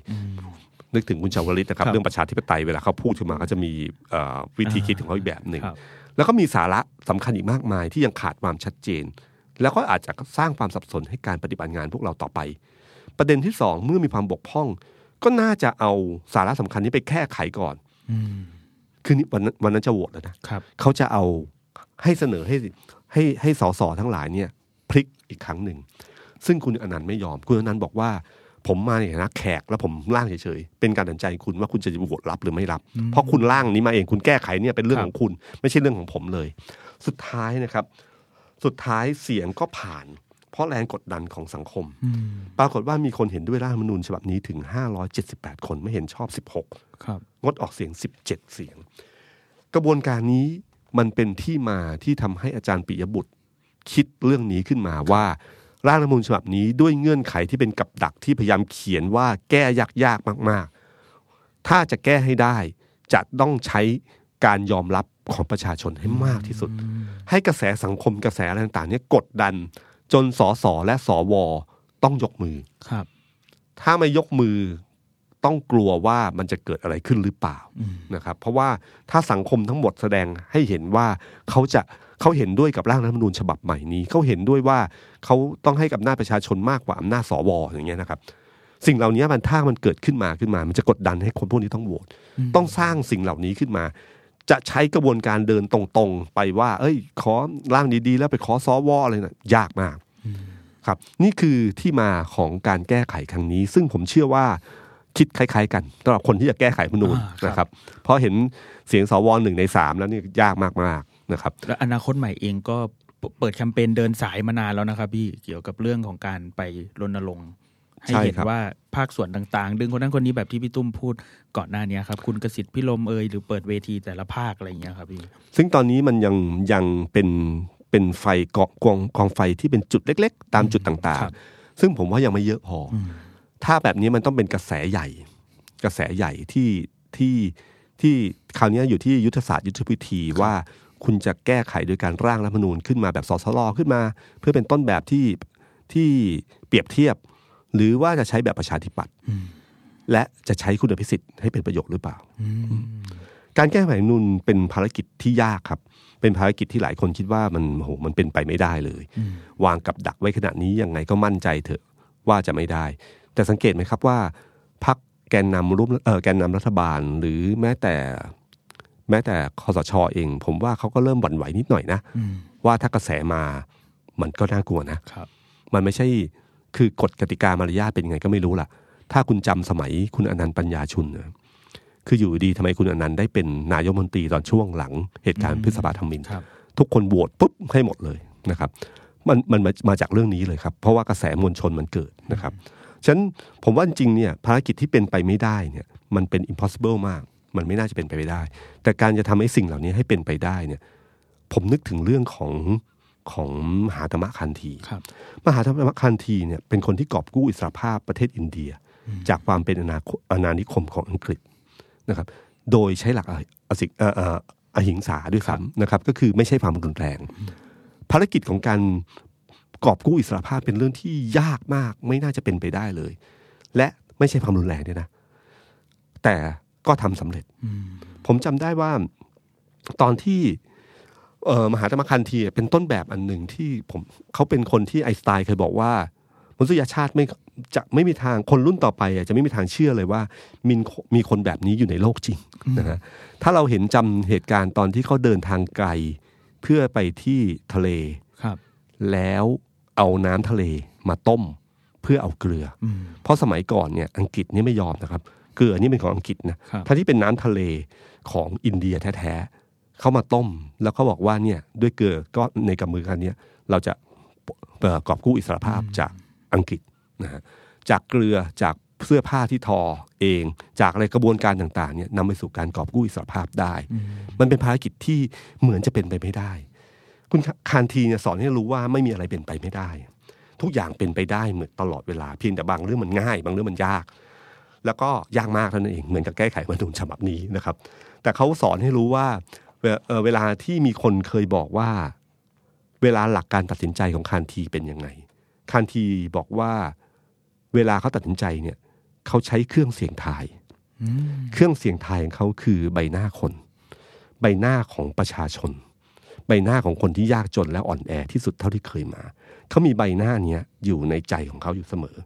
นึกถึงคุณชาวลิตนะครับ
ครับ
เรื่องประชาธิปไตยเวลาเขาพูดขึ้นมาก็จะมีเอ่อวิธีคิดของเขาอีกแบบหนึ่ง
ครับ
แล้วก็มีสาระสำคัญอีกมากมายที่ยังขาดความชัดเจน แล้วก็อาจจะสร้างความสับสนให้การปฏิบัติงานพวกเราต่อไป ประเด็นที่สองเมื่อมีความบกพร่อง ก็น่าจะเอาสาระสำคัญนี้ไปแก้ไขก่อนคือนี่วันนั้นวันนั้นจะโหวตแล้วนะครับ เขาจะเอาให้เสนอให้ให้ให้สสทั้งหลายเนี่ยพลิกอีกครั้งหนึ่ง ซึ่งคุณอนันต์ไม่ยอม คุณอนันต์บอกว่า ผมมาในฐานะแขกแล้วผมร่างเฉยๆ เป็นการตัดสินใจคุณว่าคุณจะโหวตรับหรือไม่รับ เพราะคุณร่างนี้มาเองคุณแก้ไขเนี่ยเป็นเรื่อง
ครับ
ของคุณ ไม่ใช่เรื่องของผมเลย สุดท้ายนะครับ สุดท้ายเสียงก็ผ่าน เพราะแรงกดดันของสังคม ปรากฏว่ามีคนเห็นด้วยร่างรัฐธรรมนูญฉบับนี้ถึง 578 คนไม่เห็นชอบ 16
ครับ
งดออกเสียง 17 เสียง กระบวนการนี้มันเป็นที่มาที่ทำให้อาจารย์ปิยบุตร คิดเรื่องนี้ขึ้นมาว่า ร่างรัฐธรรมนูญฉบับนี้ด้วยเงื่อนไขที่เป็นกับดักที่พยายามเขียนว่าแก้ยากๆมากๆ ถ้าจะแก้ให้ได้ จะต้องใช้การยอมรับของประชาชนให้มากที่สุด ให้กระแสสังคมกระแสอะไรต่างๆเนี่ยกดดัน จนสสและสวต้องยกมือ
ครับ
ถ้าไม่ยกมือต้องกลัวว่ามันจะเกิดอะไรขึ้นหรือเปล่านะครับ เพราะว่าถ้าสังคมทั้งหมดแสดงให้เห็นว่าเขาจะเขาเห็นด้วยกับร่างรัฐธรรมนูญฉบับใหม่นี้เขาเห็นด้วยว่าเขาต้องให้กับอำนาจประชาชนมากกว่าอำนาจสวอย่างเงี้ยนะครับ สิ่งเหล่านี้มันถ้ามันเกิดขึ้นมาขึ้นมา มันจะกดดันให้คนพวกนี้ต้องโหวตต้องสร้างสิ่งเหล่านี้ขึ้นมา จะใช้กระบวนการเดินตรงๆ ไปว่า เอ้ย ขอร่างดีๆ แล้วไปขอสวอะไรนะยากมาก ครับนี่คือที่มาของการแก้ไขครั้งนี้ ซึ่งผมเชื่อว่าคิดคล้าย ๆ กันสำหรับคนที่จะแก้ไขพนูน
อ่าครับ
นะครับ เพราะเห็นเสียงสวหนึ่งในสามแล้วนี่ยากมากๆนะครับ
แล้วอนาคตใหม่เองก็เปเปิดแคมเปญเดินสายมานานแล้วนะครับพี่เกี่ยวกับเรื่องของการไปรณรงค์ให้
ใช่
เห็น
ครับ
ว่าภาคส่วนต่างๆ ดึงคนนั้นคนนี้แบบที่พี่ตุ้มพูดก่อนหน้านี้ครับ คุณกสิทธิ์พิลมเอยหรือเปิดเวทีแต่ละภาคอะไรอย่างเงี้ยครับพี่
ซึ่งตอนนี้มันยังยังเป็นเป็นไฟเกาะกองกองไฟที่เป็นจุดเล็ก ๆ ตามจุดต่าง
ครับ
ๆ ซึ่งผมว่ายังไม่เยอะพออถ้าแบบนี้มันต้องเป็นกระแสใหญ่ กระแสใหญ่ที่ที่ที่คราวนี้อยู่ที่ยุทธศาสตร์ยุทธวิธีว่าคุณจะแก้ไขโดยการร่างรัฐธรรมนูญขึ้นมาแบบสสลขึ้นมา เพื่อเป็นต้นแบบที่ที่เปรียบเทียบ หรือว่าจะใช้แบบประชาธิปัตย์และจะใช้คุณอภิสิทธิ์ให้เป็นประโยชน์หรือเปล่า การแก้ไขรัฐธรรมนูนเป็นภารกิจที่ยากครับ เป็นภารกิจที่หลายคนคิดว่ามันโหมันเป็นไปไม่ได้เลย วางกับดักไว้ขนาดนี้ยังไงก็มั่นใจเถอะว่าจะไม่ได้ แต่สังเกตไหมครับว่าพักแกนนำร่วมเออแกนนำรัฐบาลหรือแม้แต่แม้แต่คอสชอเอง ผมว่าเขาก็เริ่มหวั่นไหวนิดหน่อยนะ ว่าถ้ากระแสมามันก็น่ากลัวนะ
ครับ
มันไม่ใช่คือกฎกติกามารยาทเป็นยังไงก็ไม่รู้ล่ะ ถ้าคุณจำสมัยคุณอนันต์ปัญญาชุนเนอะคืออยู่ดีทำไมคุณอนันต์ได้เป็นนายกรัฐมนตรีตอนช่วงหลังเหตุการณ์พฤษภาธมิน
ครับ
ทุกคนโหวตปุ๊บให้หมดเลยนะครับ มันมันมามาจากเรื่องนี้เลยครับ เพราะว่ากระแสมวลชนมันเกิดนะครับฉะนั้นผมว่าจริงๆเนี่ยภารกิจที่เป็นไปไม่ได้เนี่ยมันเป็น impossible มาก มันไม่น่าจะเป็นไปไม่ได้ แต่การจะทำให้สิ่งเหล่านี้ให้เป็นไปได้เนี่ยผมนึกถึงเรื่องของของมหาธรรมคันธี
ครับ
มหาธรรมคันธีเนี่ยเป็นคนที่กอบกู้อิสรภาพประเทศอินเดีย จากความเป็นอาณาคอาณานิคมของอังกฤษนะครับ โดยใช้หลักออสิเอ่อเอ่ออหิงสาด้วยซ้ำนะครับ ก็คือไม่ใช่ความรุนแรง ภารกิจของการกอบกู้อิสรภาพเป็นเรื่องที่ยากมากไม่น่าจะเป็นไปได้เลย และไม่ใช่ความรุนแรงด้วยนะ แต่ก็ทำสำเร็จ ผมจำได้ว่าตอนที่ เอ่อมหาธรรมคันธีเป็นต้นแบบอันหนึ่งที่ผมเขาเป็นคนที่ไอน์สไตล์เคยบอกว่ามนุษยชาติไม่จะไม่มีทางคนรุ่นต่อไปอ่ะจะไม่มีทางเชื่อเลยว่ามีมีคนแบบนี้อยู่ในโลกจริงนะฮะถ้าเราเห็นจำเหตุการณ์ตอนที่เขาเดินทางไกล เพื่อไปที่ทะเล
ครับ
แล้วเอาน้ำทะเลมาต้มเพื่อเอาเกลืออเพราะสมัยก่อนเนี่ยอังกฤษเนี่ยไม่ยอมนะครับ เกลือนี่เป็นของอังกฤษนะ
ครับ
ถ้าที่เป็นน้ำทะเลของอินเดียแท้ๆ เขามาต้ม แล้วเขาบอกว่าเนี่ยด้วยเกลือก็ในกับมือกันเนี่ยเราจะเอ่อกอบกู้อิสรภาพจากอังกฤษนะฮะจากเกลือจากเสื้อผ้าที่ทอเอง จากอะไรกระบวนการต่างๆเนี่ยนำไปสู่การกอบกู้อิสรภาพได้ มันเป็นภารกิจที่เหมือนจะเป็นไปไม่ได้ คุณคานทีเนี่ยสอนให้รู้ว่าไม่มีอะไรเป็นไปไม่ได้ ทุกอย่างเป็นไปได้เหมือนตลอดเวลาเพียงแต่บางเรื่องมันง่าย บางเรื่องมันยาก แล้วก็ยากมากเท่านั้นเองเหมือนกับแก้ไขรัฐธรรมนูญฉบับนี้นะครับ แต่เขาสอนให้รู้ว่าเวเอ่อเวลาที่มีคนเคยบอกว่า เวลาหลักการตัดสินใจของคานทีเป็นยังไง คานทีบอกว่าเวลาเขาตัดสินใจเนี่ยเขาใช้เครื่องเสียงทาย เครื่องเสียงทายของเขาคือใบหน้าคน ใบหน้าของประชาชน ใบหน้าของคนที่ยากจนและอ่อนแอที่สุดเท่าที่เคยมา เขามีใบหน้าเนี้ยอยู่ในใจของเขาอยู่เสมอ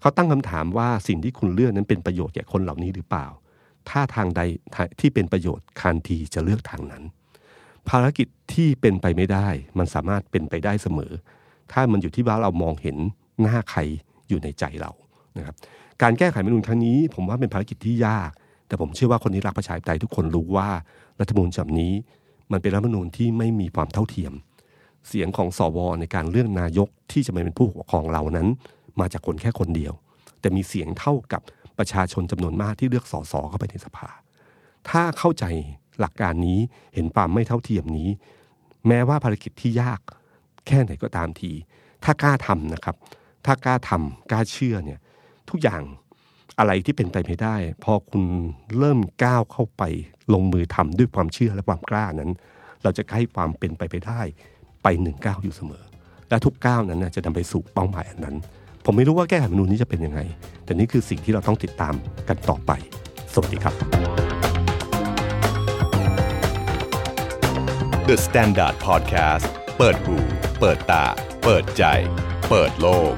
เขาตั้งคำถามว่าสิ่งที่คุณเลือกนั้นเป็นประโยชน์แก่คนเหล่านี้หรือเปล่า ถ้าทางใดที่เป็นประโยชน์คานทีจะเลือกทางนั้น ภารกิจที่เป็นไปไม่ได้ มันสามารถเป็นไปได้เสมอ ถ้ามันอยู่ที่ว่าเรามองเห็นหน้าใครอยู่ในใจเรานะครับ การแก้ไขรัฐธรรมนูญครั้งนี้ ผมว่าเป็นภารกิจที่ยาก แต่ผมเชื่อว่าคนที่รักประชาธิปไตยทุกคนรู้ว่ารัฐธรรมนูญฉบับนี้ มันเป็นรัฐธรรมนูญที่ไม่มีความเท่าเทียม เสียงของสวในการเลือกนายกที่จะมาเป็นผู้ปกครองเรานั้น มาจากคนแค่คนเดียว แต่มีเสียงเท่ากับประชาชนจำนวนมากที่เลือกสสเข้าไปในสภา ถ้าเข้าใจหลักการนี้เห็นความไม่เท่าเทียมนี้ แม้ว่าภารกิจที่ยากแค่ไหนก็ตามที ถ้ากล้าทำนะครับ ถ้ากล้าทำกล้าเชื่อเนี่ยทุกอย่างอะไรที่เป็นไปไม่ได้ พอคุณเริ่มก้าวเข้าไปลงมือทำด้วยความเชื่อและความกล้านั้น เราจะใกล้ความเป็นไปไปได้ ไปหนึ่งก้าวอยู่เสมอ และทุกก้าวนั้นน่ะจะนำไปสู่เป้าหมายอันนั้น ผมไม่รู้ว่าแก้ไขรัฐธรรมนูญนี้จะเป็นยังไง แต่นี่คือสิ่งที่เราต้องติดตามกันต่อไป สวัสดีครับ
The Standard Podcast เปิดหูเปิดตา เปิดใจ เปิดโลก